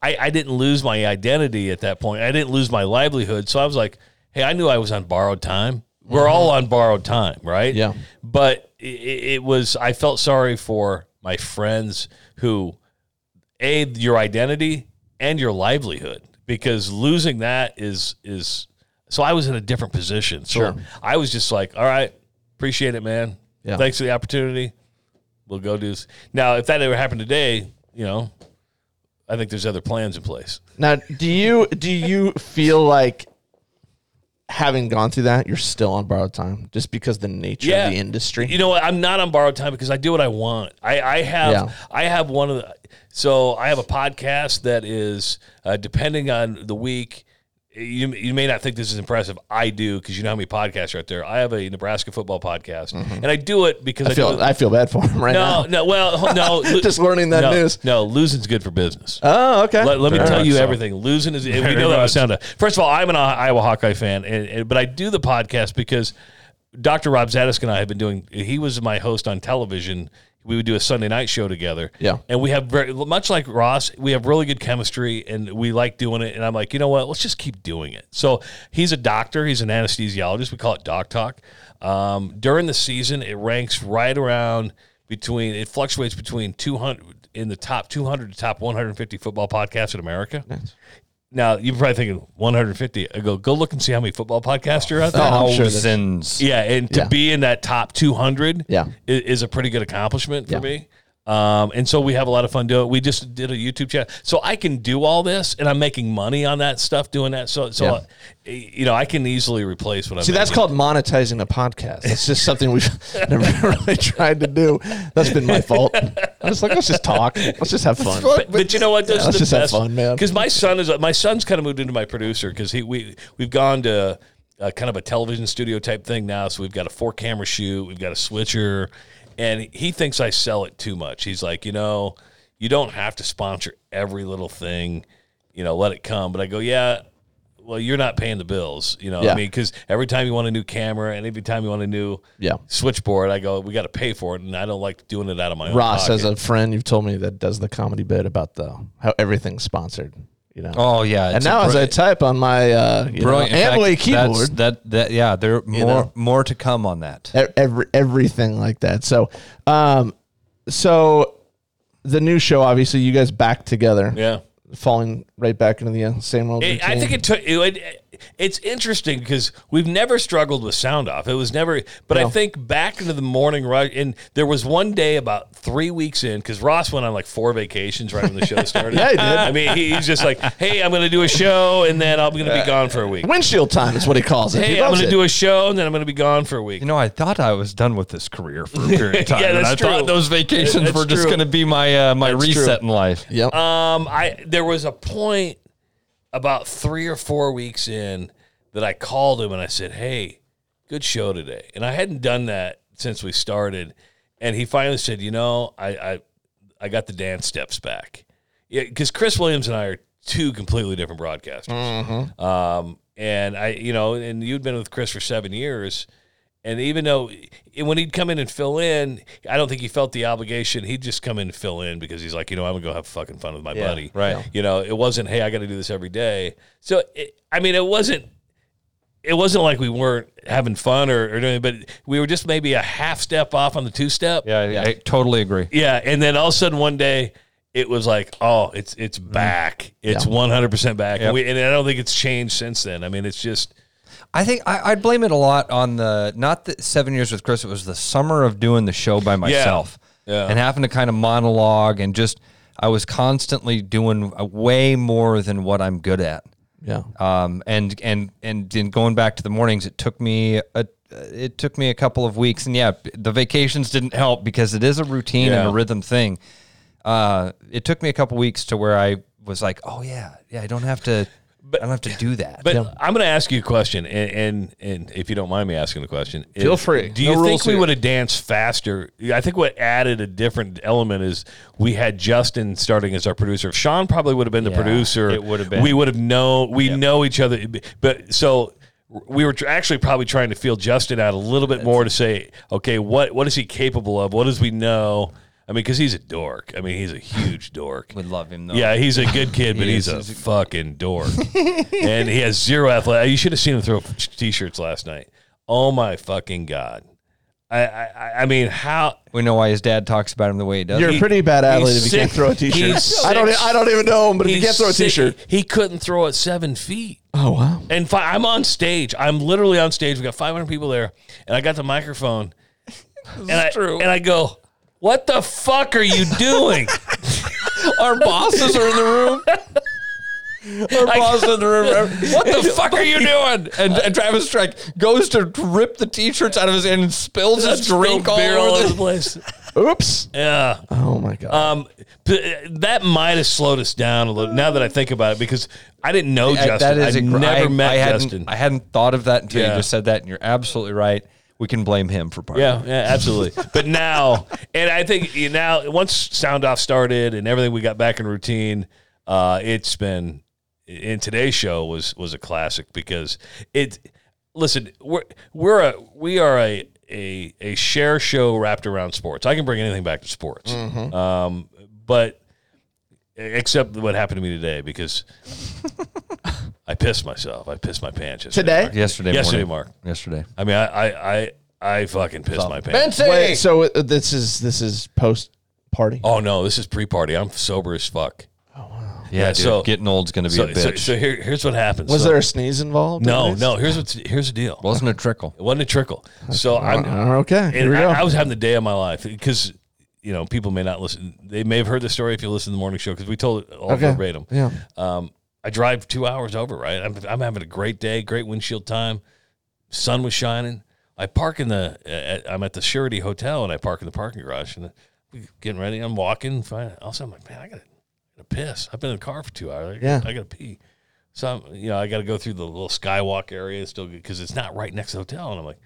Speaker 1: I, I didn't lose my identity at that point. I didn't lose my livelihood. So I was like, hey, I knew I was on borrowed time. We're all on borrowed time, right?
Speaker 3: Yeah.
Speaker 1: But it, it was, I felt sorry for my friends who, A, your identity and your livelihood, because losing that is, is, so I was in a different position. So I was just like, all right, appreciate it, man.
Speaker 3: Yeah.
Speaker 1: Thanks for the opportunity. We'll go do this. Now, if that ever happened today, you know, I think there's other plans in place.
Speaker 3: Now, do you do you feel like having gone through that, you're still on borrowed time just because the nature
Speaker 1: Yeah.
Speaker 3: of the industry?
Speaker 1: You know what? I'm not on borrowed time because I do what I want. I, I have
Speaker 3: Yeah.
Speaker 1: I have one of the so I have a podcast that is uh, depending on the week. You, you may not think this is impressive. I do because you know how many podcasts are out there. I have a Nebraska football podcast, and I do it because I,
Speaker 3: Mm-hmm. I
Speaker 1: do
Speaker 3: feel
Speaker 1: it.
Speaker 3: I feel bad for him right
Speaker 1: no,
Speaker 3: now.
Speaker 1: no. Well,
Speaker 3: <laughs>
Speaker 1: no. lo-
Speaker 3: Just learning that
Speaker 1: no,
Speaker 3: news.
Speaker 1: No, losing's good for business.
Speaker 3: Oh, okay.
Speaker 1: Let, let me
Speaker 3: Fair
Speaker 1: tell
Speaker 3: enough.
Speaker 1: you
Speaker 3: So-
Speaker 1: everything. Losing is we know that was sound. First of all, I'm an Iowa Hawkeye fan, and, and- but I do the podcast because Dr. Rob Zadisk and I have been doing. He was my host on television. We would do a Sunday night show together.
Speaker 3: Yeah.
Speaker 1: and we have very much like Ross. We have really good chemistry, and we like doing it. And I'm like, you know what? Let's just keep doing it. So he's a doctor. He's an anesthesiologist. We call it Doc Talk. Um, during the season, it ranks right around between. It fluctuates between 200 in the top 200 to top 150 football podcasts in America. Now you're probably thinking 150. I go go look and see how many football podcasts are out there.
Speaker 3: Oh, I'm sure that-
Speaker 2: Thousands.
Speaker 1: Yeah, and to
Speaker 3: Yeah.
Speaker 1: be in that top 200
Speaker 3: Yeah.
Speaker 1: i- is, a pretty good accomplishment for
Speaker 3: Yeah.
Speaker 1: me. Um, and so we have a lot of fun doing. it. We just did a YouTube channel, so I can do all this, and I'm making money on that stuff doing that. So, so
Speaker 3: Yeah.
Speaker 1: uh, you know, I can easily replace what I'm.
Speaker 3: See, that's
Speaker 1: making.
Speaker 3: called monetizing a podcast. That's just something we've never really tried to do. That's been my fault. I was like, let's just talk. Let's just have fun.
Speaker 1: But, but you know what? Those
Speaker 3: Yeah,
Speaker 1: are
Speaker 3: let's
Speaker 1: the
Speaker 3: just have
Speaker 1: best
Speaker 3: fun, man.
Speaker 1: Because my son is my son's kind of moved into my producer because he we we've gone to uh, kind of a television studio type thing now. So we've got a four camera shoot, we've got a switcher, and he thinks I sell it too much. He's like, you know, you don't have to sponsor every little thing, you know, let it come. But I go, yeah. Well, you're not paying the bills, you know. I
Speaker 3: Yeah.
Speaker 1: mean, because every time you want a new camera and every time you want a new
Speaker 3: Yeah.
Speaker 1: switchboard, I go, we got to pay for it, and I don't like doing it out of my own
Speaker 3: Ross, as
Speaker 1: pocket.
Speaker 3: a friend, you've told me that does the comedy bit about the how everything's sponsored. You know.
Speaker 2: Oh yeah.
Speaker 3: and
Speaker 2: it's a
Speaker 3: now, as
Speaker 2: bri-
Speaker 3: I type on my uh, you know,
Speaker 2: brilliant In fact,
Speaker 3: Amway
Speaker 2: that's-
Speaker 3: keyboard,
Speaker 2: That that yeah. There are more
Speaker 3: know.
Speaker 2: more to come on that.
Speaker 3: e- every everything like that. So, um, so the new show, obviously, you guys back together,
Speaker 1: yeah.
Speaker 3: falling right back into the uh, same old.
Speaker 1: It- I
Speaker 3: routine.
Speaker 1: think it took. It, it- it's interesting because we've never struggled with sound off. It was never, but I think back into the morning rush, and there was one day about three weeks in because Ross went on like four vacations right when the show started.
Speaker 3: <laughs> Yeah, he did.
Speaker 1: I mean, he- he's just like, "Hey, I'm going to do a show, and then I'm going to be gone for a week.
Speaker 3: windshield time is what he calls it.
Speaker 1: Hey, I'm going to do a show, and then I'm going to be gone for a week."
Speaker 2: You know, I thought I was done with this career for <laughs> a period of time.
Speaker 1: Yeah, that's
Speaker 2: and I
Speaker 1: true.
Speaker 2: thought those vacations
Speaker 1: That's
Speaker 2: were just
Speaker 1: true.
Speaker 2: going to be my uh, my
Speaker 3: true.
Speaker 2: reset in life.
Speaker 3: Yep.
Speaker 1: Um, I there was a point about three or four weeks in that I called him and I said, "Hey, good show today." And I hadn't done that since we started, and he finally said, "You know, I I, I got the dance steps back." Yeah, because Chris Williams and I are two completely different broadcasters. Um, and I, you know, and you'd been with Chris for seven years. And even though and when he'd come in and fill in, I don't think he felt the obligation. He'd just come in and fill in because he's like, you know, I'm gonna go have fucking fun with my buddy,
Speaker 2: right.
Speaker 1: You know, it wasn't, hey, I got to do this every day. So it, I mean, it wasn't, it wasn't like we weren't having fun or, or doing, but we were just maybe a half step off on the two step.
Speaker 2: Yeah, I, I totally agree.
Speaker 1: Yeah, and then all of a sudden one day it was like, oh, it's it's back. It's one hundred percent back. And, we, and I don't think it's changed since then. I mean, it's just
Speaker 2: I think I, I'd blame it a lot on the not the seven years with Chris. It was the summer of doing the show by myself
Speaker 1: Yeah.
Speaker 2: and having to kind of monologue and just I was constantly doing uh, way more than what I'm good at.
Speaker 3: yeah.
Speaker 2: Um, and and and then going back to the mornings, it took me a it took me a couple of weeks, and yeah, the vacations didn't help because it is a routine and
Speaker 1: Yeah.
Speaker 2: a rhythm thing. Uh, it took me a couple weeks to where I was like, oh yeah, yeah, I don't have to, I don't have to do that.
Speaker 1: but I'm gonna ask you a question and and, and if you don't mind me asking the question.
Speaker 3: Feel
Speaker 1: if-
Speaker 3: free.
Speaker 1: Do
Speaker 3: No
Speaker 1: you
Speaker 3: rules
Speaker 1: think we
Speaker 3: here.
Speaker 1: would have danced faster? I think what added a different element is we had Justin starting as our producer. If Sean probably would have been the
Speaker 2: Yeah,
Speaker 1: producer,
Speaker 2: it would have been.
Speaker 1: we would have known we know each other but so we were tr- actually probably trying to feel Justin out a little bit more to say, okay, what what is he capable of? What does we know? I mean, because he's a dork. I mean, he's a huge dork.
Speaker 2: Would love him though.
Speaker 1: Yeah, he's a good kid, but he's a fucking dork, and he has zero athletic. You should have seen him throw t-shirts last night. Oh my fucking god! I I, I- I mean, how
Speaker 2: We know why his dad talks about him the way he does.
Speaker 3: You're a pretty bad athlete if you
Speaker 1: he's
Speaker 3: can't
Speaker 1: six-
Speaker 3: throw a t-shirt.
Speaker 1: he's
Speaker 3: <laughs> I don't.
Speaker 1: six-
Speaker 3: I don't even know him, but if you
Speaker 1: he's
Speaker 3: can't throw a
Speaker 1: sick.
Speaker 3: t-shirt,
Speaker 1: he couldn't throw it seven feet.
Speaker 3: oh wow.
Speaker 1: And fi- I'm on stage. I'm literally on stage. We got 500 people there, and I got the microphone, and I,
Speaker 2: true.
Speaker 1: And I go, what the fuck are you doing?
Speaker 2: Our <laughs> bosses are in the room. Our boss in the <laughs> room. What the fuck are you doing? And, and Travis Strike goes to rip the t-shirts out of his hand and spills his drink all
Speaker 1: beer all
Speaker 2: over
Speaker 1: over
Speaker 2: the
Speaker 1: the place.
Speaker 3: Oops.
Speaker 1: Yeah.
Speaker 3: Oh my god.
Speaker 1: Um, p- that might have slowed us down a little. Now that I think about it, because I didn't know
Speaker 2: I-
Speaker 1: Justin. I
Speaker 2: inc-
Speaker 1: never
Speaker 2: I-
Speaker 1: met
Speaker 2: I hadn't,
Speaker 1: Justin.
Speaker 2: I hadn't thought of that until you
Speaker 1: Yeah.
Speaker 2: just said that, and you're absolutely right. We can blame him for part.
Speaker 1: yeah,
Speaker 2: of it.
Speaker 1: yeah, absolutely. but now, and I think you know, now once sound off started and everything, we got back in routine. Uh, it's been in today's show was was a classic because it. Listen, we're we're a we are a a a share show wrapped around sports. I can bring anything back to sports, um, but except what happened to me today because I pissed myself. I pissed my pants
Speaker 3: Today?
Speaker 1: Mark.
Speaker 2: Yesterday,
Speaker 1: Yesterday,
Speaker 2: morning.
Speaker 1: Mark.
Speaker 2: Yesterday.
Speaker 1: I mean, I I I, I fucking pissed my pants.
Speaker 3: Wait, so uh, this is this is post party.
Speaker 1: Oh no, this is pre-party. I'm sober as fuck.
Speaker 3: Oh,
Speaker 2: Yeah, dude,
Speaker 1: so-
Speaker 2: getting old's gonna be a
Speaker 1: So,
Speaker 2: bitch.
Speaker 1: so, so here, here's what happens.
Speaker 3: Was
Speaker 1: So-
Speaker 3: there a sneeze involved? in
Speaker 1: No,
Speaker 3: this?
Speaker 1: no. Here's what's here's the deal.
Speaker 2: Wasn't a trickle.
Speaker 1: It wasn't a trickle. So I'm
Speaker 3: Uh, okay. Here
Speaker 1: and
Speaker 3: we go.
Speaker 1: I, I was having the day of my life because you know people may not listen. They may have heard the story if you listen to the morning show because we told it all
Speaker 3: Okay.
Speaker 1: verbatim.
Speaker 3: yeah.
Speaker 1: Um, I drive two hours over, right? I'm, I'm having a great day, great windshield time. Sun was shining. I park in the, uh, at, I'm at the Surety Hotel and I park in the parking garage and we getting ready. I'm walking. Fine. Also, I'm like, man, I got to piss. I've been in the car for two hours. I gotta-
Speaker 3: Yeah.
Speaker 1: I got to pee. So, I'm, you know, I got to go through the little skywalk area and still because it's not right next to the hotel. And I'm like,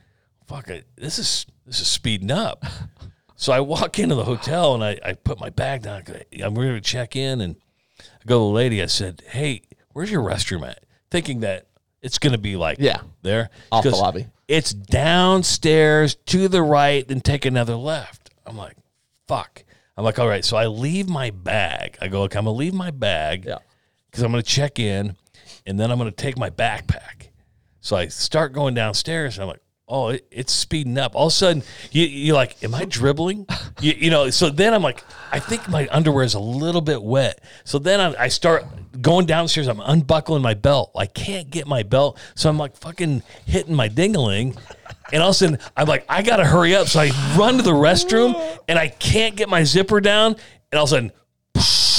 Speaker 1: fuck it. This is, this is speeding up. <laughs> So I walk into the hotel and I, I put my bag down. 'cause I- I'm ready to check in and I go to the lady. I said, "Hey, where's your restroom at?" Thinking that it's gonna be like
Speaker 3: Yeah.
Speaker 1: there She
Speaker 3: Off the
Speaker 1: goes,
Speaker 3: lobby.
Speaker 1: It's downstairs to the right, then take another left. I'm like, fuck. I'm like, all right. So I leave my bag. I go, okay, I'm gonna leave my bag
Speaker 3: Yeah.
Speaker 1: because I'm gonna check in, and then I'm gonna take my backpack. So I start going downstairs, and I'm like, oh, it, it's speeding up. All of a sudden, you, you're like, am I dribbling? you, you know. So then I'm like, I think my underwear is a little bit wet. So then I, I start going downstairs. I'm unbuckling my belt. I can't get my belt, so I'm like fucking hitting my dingling. And all of a sudden, I'm like, I gotta hurry up. So I run to the restroom, and I can't get my zipper down. And all of a sudden. <laughs>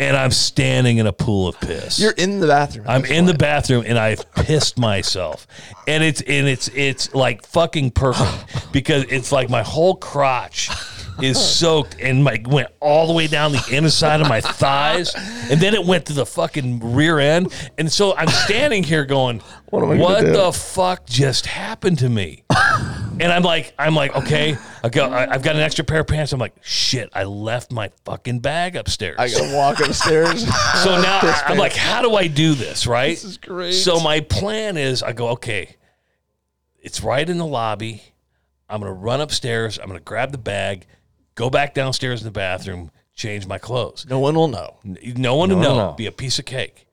Speaker 1: And I'm standing in a pool of piss.
Speaker 3: You're in the bathroom.
Speaker 1: I'm in the bathroom and I've pissed myself, and it's and it's it's like fucking
Speaker 3: <sighs>
Speaker 1: perfect because it's like my whole crotch is soaked and like went all the way down the inside of my thighs, and then it went to the fucking rear end, and so I'm standing here going, "What,
Speaker 3: am I gonna do?"
Speaker 1: the fuck just happened to
Speaker 3: <laughs>
Speaker 1: me?" And I'm like, I'm like, okay, I go, I, I've got an extra pair of pants. I'm like, shit, I left my fucking bag upstairs. <laughs>
Speaker 3: I gotta walk <laughs> upstairs.
Speaker 1: So now I, am like, how do I do this? Right? This is
Speaker 3: great.
Speaker 1: So my plan is, I go, okay, it's right in the lobby. I'm gonna run upstairs. I'm gonna grab the bag, go back downstairs in the bathroom, change my clothes.
Speaker 3: no one will know.
Speaker 1: N- No one will
Speaker 2: one
Speaker 1: know.
Speaker 2: will know.
Speaker 1: Be a piece of cake.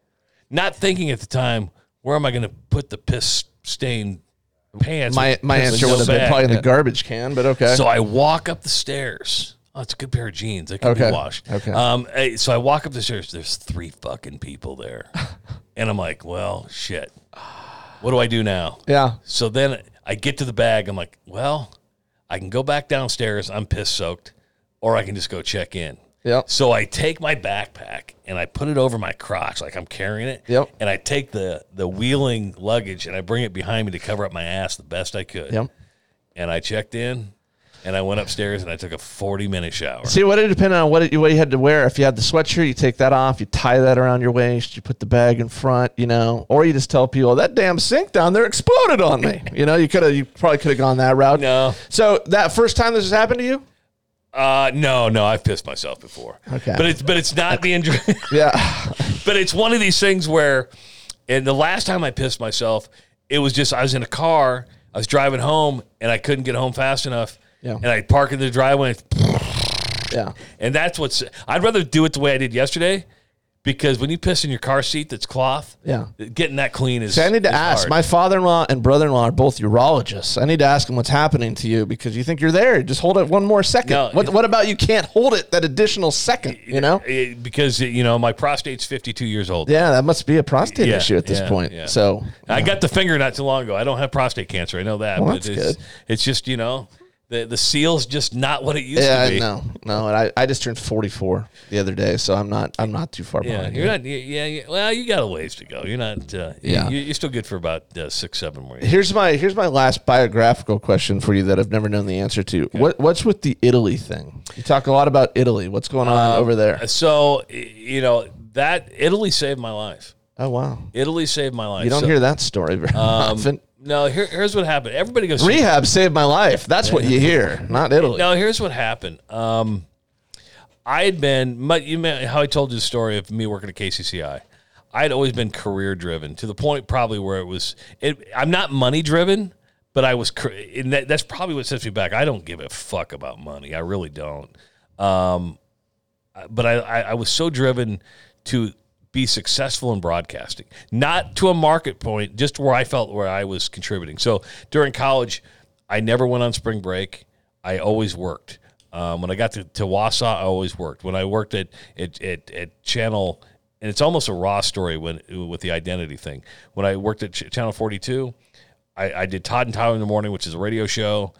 Speaker 1: Not thinking at the time, where am I gonna put the piss stained pants?
Speaker 3: My
Speaker 1: with
Speaker 3: my
Speaker 1: piss
Speaker 3: answer
Speaker 1: in
Speaker 3: would
Speaker 1: the
Speaker 3: have been
Speaker 1: bag?
Speaker 3: probably in the garbage can, but okay.
Speaker 1: So I walk up the stairs. Oh, it's a good pair of jeans. They can
Speaker 3: Okay.
Speaker 1: be washed.
Speaker 3: Okay.
Speaker 1: Um, eh, so I walk up the stairs. There's three fucking people
Speaker 3: <laughs>
Speaker 1: there, and I'm like, well, shit. What do I do now?
Speaker 3: yeah.
Speaker 1: So then I get to the bag. I'm like, well, I can go back downstairs. I'm piss soaked, or I can just go check in.
Speaker 3: Yep.
Speaker 1: So I take my backpack and I put it over my crotch, like I'm carrying it.
Speaker 3: Yep.
Speaker 1: And I take the the wheeling luggage and I bring it behind me to cover up my ass the best I could
Speaker 3: Yep.
Speaker 1: and I checked in and I went upstairs and I took a 40 minute shower.
Speaker 3: See, what it depended on what it, what you had to wear. If you had the sweatshirt, you take that off, you tie that around your waist, you put the bag in front, you know, or you just tell people that damn sink down there exploded on me. You know, you could have, you probably could have gone that route.
Speaker 1: No.
Speaker 3: So that first time this has happened to you?
Speaker 1: Uh, no, no, I've pissed myself before.
Speaker 3: Okay.
Speaker 1: But it's, but it's not the injury,
Speaker 3: Yeah.
Speaker 1: <laughs>
Speaker 3: <sighs>
Speaker 1: but it's one of these things where, and the last time I pissed myself, it was just, I was in a car, I was driving home and I couldn't get home fast enough.
Speaker 3: Yeah.
Speaker 1: And I park in the driveway
Speaker 3: yeah.
Speaker 1: and that's what's, I'd rather do it the way I did yesterday because when you piss in your car seat that's cloth,
Speaker 3: Yeah.
Speaker 1: getting that clean is.
Speaker 3: See, I need to
Speaker 1: is
Speaker 3: ask.
Speaker 1: hard.
Speaker 3: My father-in-law and brother-in-law are both urologists. I need to ask them what's happening to you because you think you're there. Just hold it one more second.
Speaker 1: No,
Speaker 3: what,
Speaker 1: it-
Speaker 3: what about you can't hold it that additional second? You know?
Speaker 1: It- Eh, because you know my prostate's 52 years old.
Speaker 3: Yeah, that must be a prostate
Speaker 1: Yeah,
Speaker 3: issue at this
Speaker 1: yeah,
Speaker 3: point.
Speaker 1: yeah.
Speaker 3: So
Speaker 1: I got the finger not too long ago. I don't have prostate cancer. I know that,
Speaker 3: Well,
Speaker 1: but
Speaker 3: that's
Speaker 1: it's
Speaker 3: good.
Speaker 1: it's just you know the the seal's just not what it used
Speaker 3: yeah,
Speaker 1: to be.
Speaker 3: no, no. And I, I just turned 44 the other day, so I'm not I'm not too far
Speaker 1: Yeah,
Speaker 3: behind.
Speaker 1: you're
Speaker 3: you.
Speaker 1: not. Yeah, yeah, yeah. Well, you got a ways to go. You're not. Uh, yeah,
Speaker 3: Yeah.
Speaker 1: you, you're still good for about uh, six, seven more years. <laughs>
Speaker 3: Here's my here's my last biographical question for you that I've never known the answer to. What what's with the Italy thing? You talk a lot about Italy. What's going on
Speaker 1: Um,
Speaker 3: over there?
Speaker 1: So y- you know that Italy saved my life.
Speaker 3: Oh wow,
Speaker 1: Italy saved my life.
Speaker 3: you don't
Speaker 1: So, Um,
Speaker 3: hear that story very often.
Speaker 1: No, here, here's what happened. Everybody goes.
Speaker 3: Rehab saved my life. That's what you hear, not Italy.
Speaker 1: No, here's what happened. Um, I had been, my, you may, how I told you the story of me working at KCCI. I had always been career driven to the point probably where it was. It, I'm not money driven, but I was, cr- and that, that's probably what sets me back. I don't give a fuck about money. I really don't. Um, but I, I, I was so driven to be successful in broadcasting, not to a market point, just where I felt where I was contributing. So during college, I never went on spring break. I always worked. Um, when I got to, to Wausau, I always worked. When I worked at at, at, at Channel, and it's almost a raw story when with the identity thing. When I worked at Ch- Channel 42, I, I did Todd and Tyler in the morning, which is a radio show,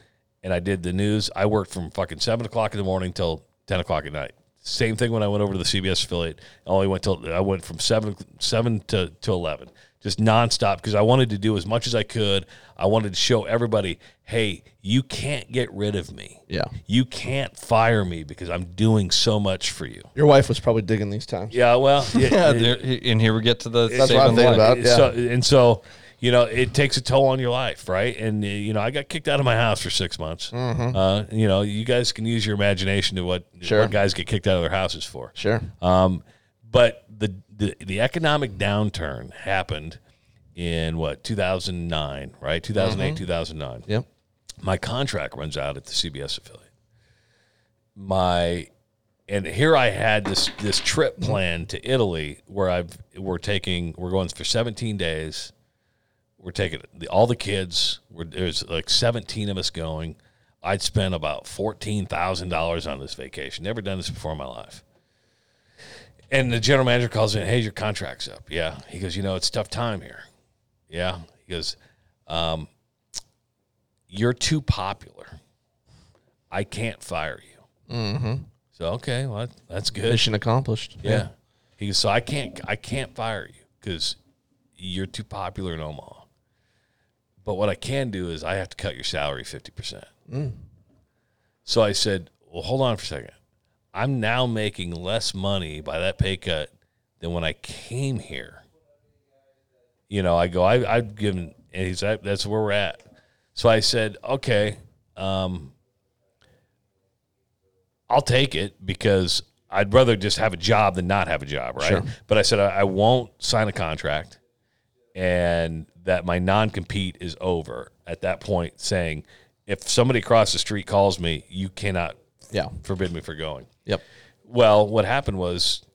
Speaker 1: and I did the news. I worked from fucking seven o'clock in the morning till ten o'clock at night. Same thing when I went over to the CBS affiliate. I only went till I went from seven seven to, to eleven, just nonstop because I wanted to do as much as I could. I wanted to show everybody, hey, you can't get rid of me.
Speaker 3: Yeah.
Speaker 1: you can't fire me because I'm doing so much for you.
Speaker 3: Your wife was probably digging these times.
Speaker 1: Yeah, well, <laughs> yeah,
Speaker 2: There- and here we get to the
Speaker 3: That's what
Speaker 2: saving
Speaker 3: I'm thinking
Speaker 2: life.
Speaker 3: about. Yeah.
Speaker 1: so and so you know it takes a toll on your life right and uh, you know i got kicked out of my house for six months uh, you know you guys can use your imagination to what,
Speaker 3: Mm-hmm. Sure.
Speaker 1: what guys get kicked out of their houses for
Speaker 3: sure.
Speaker 1: um, but the, the the economic downturn happened in what 2009 right 2008
Speaker 3: Mm-hmm.
Speaker 1: 2009
Speaker 3: Yep.
Speaker 1: my contract runs out at the CBS affiliate. My and here I had this this trip planned to Italy where I've we're taking we're going for 17 days. We're taking the, all the kids. We're, there's like 17 of us going. I'd spent about fourteen thousand dollars on this vacation. Never done this before in my life. And the general manager calls in, "Hey, your contract's up." Yeah, he goes, "You know, it's tough time here." Yeah, he goes, um, you're too popular. I can't fire you. Mm-hmm. So okay, well that- that's good.
Speaker 3: Mission accomplished.
Speaker 1: Yeah. He goes, so I can't I can't fire you because you're too popular in Omaha. But what I can do is I have to cut your salary fifty percent. So I said, well, hold on for a second. I'm now making less money by that pay cut than when I came here. You know, I go, I, I've given, and he's like, that's where we're at. So I said, okay, um, I'll take it because I'd rather just have a job than not have a job, right? But I said, I, I won't sign a contract and that my non compete is over at that point, saying, if somebody across the street calls me, you cannot
Speaker 3: Yeah.
Speaker 1: forbid me for going.
Speaker 3: Yep.
Speaker 1: Well, what happened was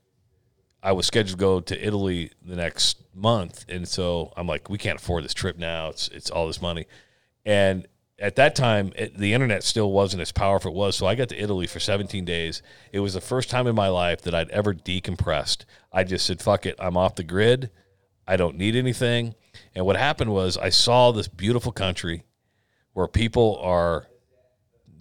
Speaker 1: I was scheduled to go to Italy the next month, and so I'm like, we can't afford this trip now. It's it's all this money, and at that time it, the internet still wasn't as powerful as it was. So I got to Italy for 17 days. It was the first time in my life that I'd ever decompressed. I just said, fuck it, I'm off the grid. I don't need anything. And what happened was I saw this beautiful country where people are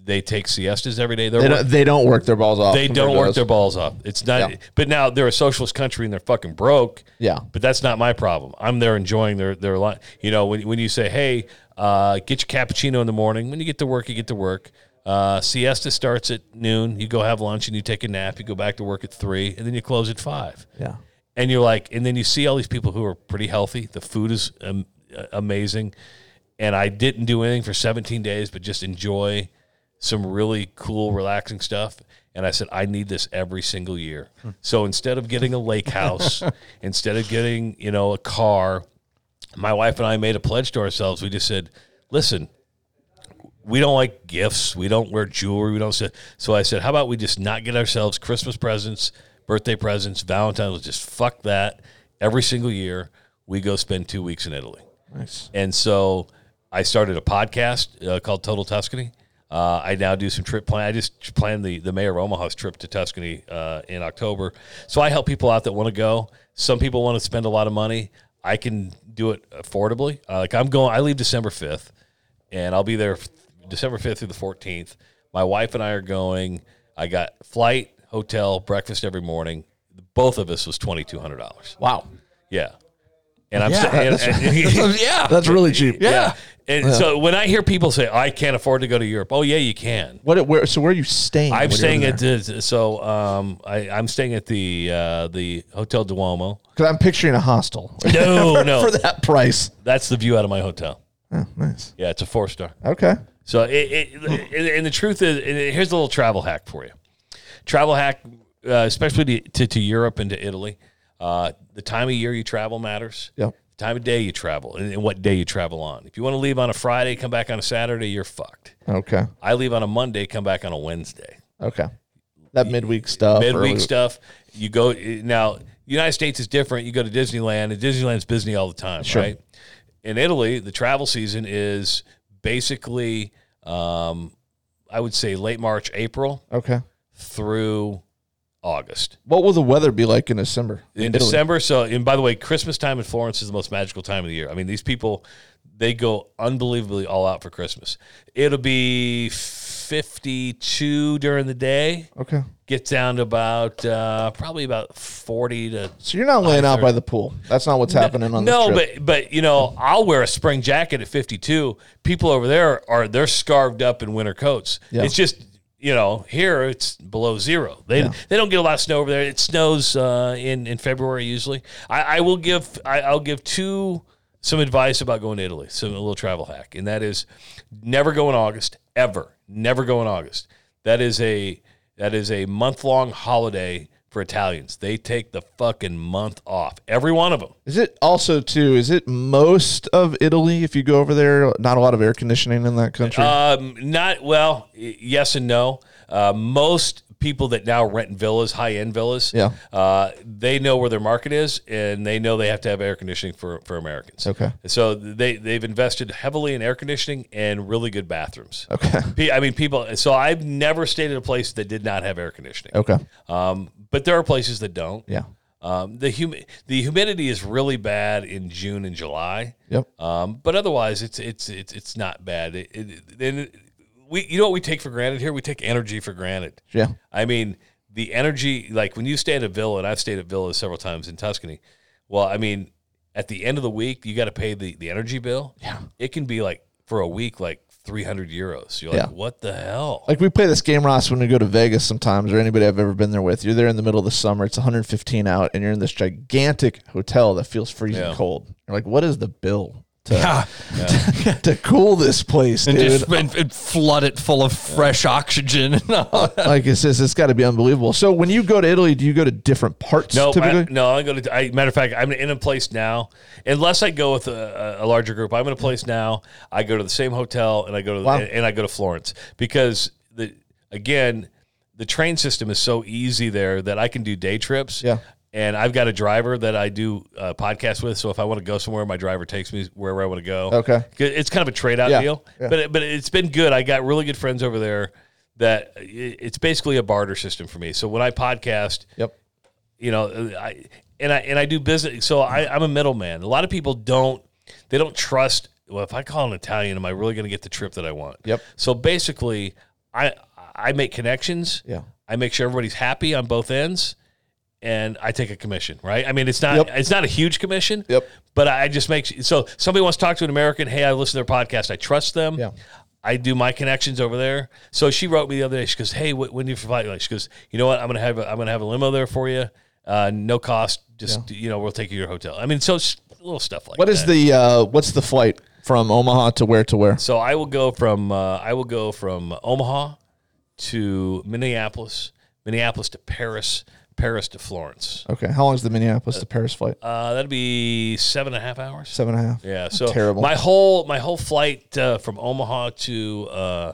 Speaker 1: they take siestas every day. They're
Speaker 3: They
Speaker 1: work-
Speaker 3: don't, they don't work their balls off.
Speaker 1: they
Speaker 3: compared
Speaker 1: don't
Speaker 3: to
Speaker 1: work
Speaker 3: us.
Speaker 1: their balls off. It's not.
Speaker 3: Yeah.
Speaker 1: But now they're a socialist country and they're fucking broke.
Speaker 3: Yeah.
Speaker 1: But that's not my problem. I'm there enjoying their their life. You know, when when you say, hey, uh, get your cappuccino in the morning. When you get to work, you get to work. Uh, siesta starts at noon. You go have lunch and you take a nap. You go back to work at three, and then you close at five
Speaker 3: Yeah.
Speaker 1: and you're like, and then you see all these people who are pretty healthy. The food is um, uh, amazing, and I didn't do anything for 17 days, but just enjoy some really cool, relaxing stuff. And I said, I need this every single year. So instead of getting a lake house, instead of getting you know a car, my wife and I made a pledge to ourselves. We just said, listen, we don't like gifts. We don't wear jewelry. We don't. Say, so I said, how about we just not get ourselves Christmas presents, birthday presents, Valentine's. was Just fuck that. Every single year, we go spend two weeks in Italy. Nice. And so I started a podcast uh, called Total Tuscany. Uh, I now do some trip plan. I just planned the, the mayor of Omaha's trip to Tuscany uh, in October. So I help people out that want to go. Some people want to spend a lot of money. I can do it affordably. Uh, like I'm going, I leave December 5th and I'll be there f- December 5th through the 14th. My wife and I are going. I got flight, hotel, breakfast every morning. Both of us was $2,200.
Speaker 3: Wow.
Speaker 1: Yeah. And I'm sta- and- <laughs> and-
Speaker 2: yeah.
Speaker 3: That's really cheap.
Speaker 1: yeah. And so when I hear people say, I can't afford to go to Europe, oh, yeah, you can.
Speaker 3: What? Where? So where are you staying?
Speaker 1: I'm
Speaker 3: when you're
Speaker 1: staying
Speaker 3: over
Speaker 1: at
Speaker 3: there?
Speaker 1: the, so um I I'm staying at the uh the Hotel Duomo.
Speaker 3: Because I'm picturing a hostel
Speaker 1: No, no,
Speaker 3: <laughs> for that price.
Speaker 1: that's the view out of my hotel.
Speaker 3: Oh, nice.
Speaker 1: Yeah, it's a four star.
Speaker 3: Okay.
Speaker 1: So it, it and, and the truth is, and here's a little travel hack for you. Travel hack, uh, especially to, to to Europe and to Italy. Uh, the time of year you travel matters.
Speaker 3: Yep.
Speaker 1: The time of day you travel and, and what day you travel on. If you want to leave on a Friday, come back on a Saturday, you're fucked.
Speaker 3: Okay.
Speaker 1: I leave on a Monday, come back on a Wednesday.
Speaker 3: Okay. That midweek stuff.
Speaker 1: midweek
Speaker 3: early-
Speaker 1: stuff. You go now. United States is different. You go to Disneyland, and Disneyland's busy all the time, right? In Italy, the travel season is basically, um, I would say, late March, April
Speaker 3: Okay.
Speaker 1: through August.
Speaker 3: What will the weather be like in December?
Speaker 1: In
Speaker 3: Italy?
Speaker 1: December, so and by the way, Christmas time in Florence is the most magical time of the year. I mean, these people they go unbelievably all out for Christmas. It'll be fifty-two during the day
Speaker 3: Okay.
Speaker 1: gets down to about uh, probably about 40 to
Speaker 3: So you're not laying out by the pool. That's not what's happening on
Speaker 1: no
Speaker 3: this trip.
Speaker 1: but but you know i'll wear a spring jacket at 52 people over there are they're scarved up in winter coats
Speaker 3: Yeah.
Speaker 1: it's just you know here it's below zero they they don't get a lot of snow over there it snows uh, in in february usually i, I will give I, i'll give two some advice about going to italy some a little travel hack and that is never go in august ever never go in august that is a that is a month long holiday for Italians. They take the fucking month off. Every one of them.
Speaker 3: Is it also too? Is it most of Italy? If you go over there, not a lot of air conditioning in that country.
Speaker 1: Um, not well. y- Yes and no. Uh, most people that now rent villas, high end villas,
Speaker 3: Yeah.
Speaker 1: uh, they know where their market is, and they know they have to have air conditioning for for Americans.
Speaker 3: Okay.
Speaker 1: so they they've invested heavily in air conditioning and really good bathrooms.
Speaker 3: okay.
Speaker 1: <laughs> Pe- I mean, people. So I've never stayed at a place that did not have air conditioning.
Speaker 3: Okay.
Speaker 1: Um, but there are places that don't.
Speaker 3: Yeah.
Speaker 1: Um, the humi- the humidity is really bad in June and July.
Speaker 3: Yep.
Speaker 1: Um, but otherwise, it's it's it's it's not bad. It, it, then we you know what we take for granted here? We take energy for granted.
Speaker 3: Yeah.
Speaker 1: I mean, the energy like when you stay at a villa, and I've stayed at villas several times in Tuscany. Well, I mean, at the end of the week, you got to pay the the energy bill. Yeah. It can be like for a week, like three hundred euros. You're like,
Speaker 3: Yeah.
Speaker 1: what the hell?
Speaker 3: Like we play this game, Ross, when we go to Vegas sometimes, or anybody I've ever been there with. You're there in the middle of the summer. It's 115 out, and you're in this gigantic hotel that feels freezing
Speaker 1: Yeah.
Speaker 3: cold. You're like, what is the bill to
Speaker 1: <laughs>
Speaker 3: to cool this place,
Speaker 2: And
Speaker 3: dude?
Speaker 2: just and, and flood it full of fresh oxygen.
Speaker 3: like it says, it's got to be unbelievable. So when you go to Italy, do you go to different parts?
Speaker 1: No,
Speaker 3: typically.
Speaker 1: I, no. I go to. I, matter of fact, I'm in a place now. Unless I go with a, a larger group, I'm in a place now. I go to the same hotel and I go to
Speaker 3: Wow.
Speaker 1: and, I go to Florence because the again the train system is so easy there that I can do day trips.
Speaker 3: Yeah.
Speaker 1: And I've got a driver that I do a podcast with, so if I want to go somewhere, my driver takes me wherever I want to go.
Speaker 3: Okay.
Speaker 1: 'Cause it's kind of a trade out
Speaker 3: Yeah,
Speaker 1: deal,
Speaker 3: yeah.
Speaker 1: but it, but it's been good. I got really good friends over there. That it- it's basically a barter system for me. So when I podcast,
Speaker 3: yep.
Speaker 1: you know i and i and i do business so I, i'm a middleman a lot of people don't they don't trust well if i call an italian am i really going to get the trip that i want
Speaker 3: Yep.
Speaker 1: so basically i i make connections
Speaker 3: Yeah.
Speaker 1: i make sure everybody's happy on both ends and i take a commission right i mean it's not
Speaker 3: Yep.
Speaker 1: it's not a huge commission
Speaker 3: Yep.
Speaker 1: but i just make so somebody wants to talk to an american hey i listen to their podcast i trust them
Speaker 3: Yeah.
Speaker 1: I do my connections over there. So she wrote me the other day. She goes, "Hey, wh- when do you provide?" Like she goes, "You know what? I'm gonna have a, I'm gonna have a limo there for you, uh, no cost. Just you know, we'll take you to your hotel. I mean, so it's little stuff like
Speaker 3: What
Speaker 1: that.
Speaker 3: is the uh, what's the flight from Omaha to where to where?
Speaker 1: So I will go from uh, I will go from Omaha to Minneapolis, Minneapolis to Paris, Paris to Florence.
Speaker 3: Okay, how long is the Minneapolis to Paris flight?
Speaker 1: Uh, that'd be seven and a half hours.
Speaker 3: Seven and a half.
Speaker 1: Yeah, so
Speaker 3: Terrible.
Speaker 1: My whole my whole flight uh, from Omaha to uh,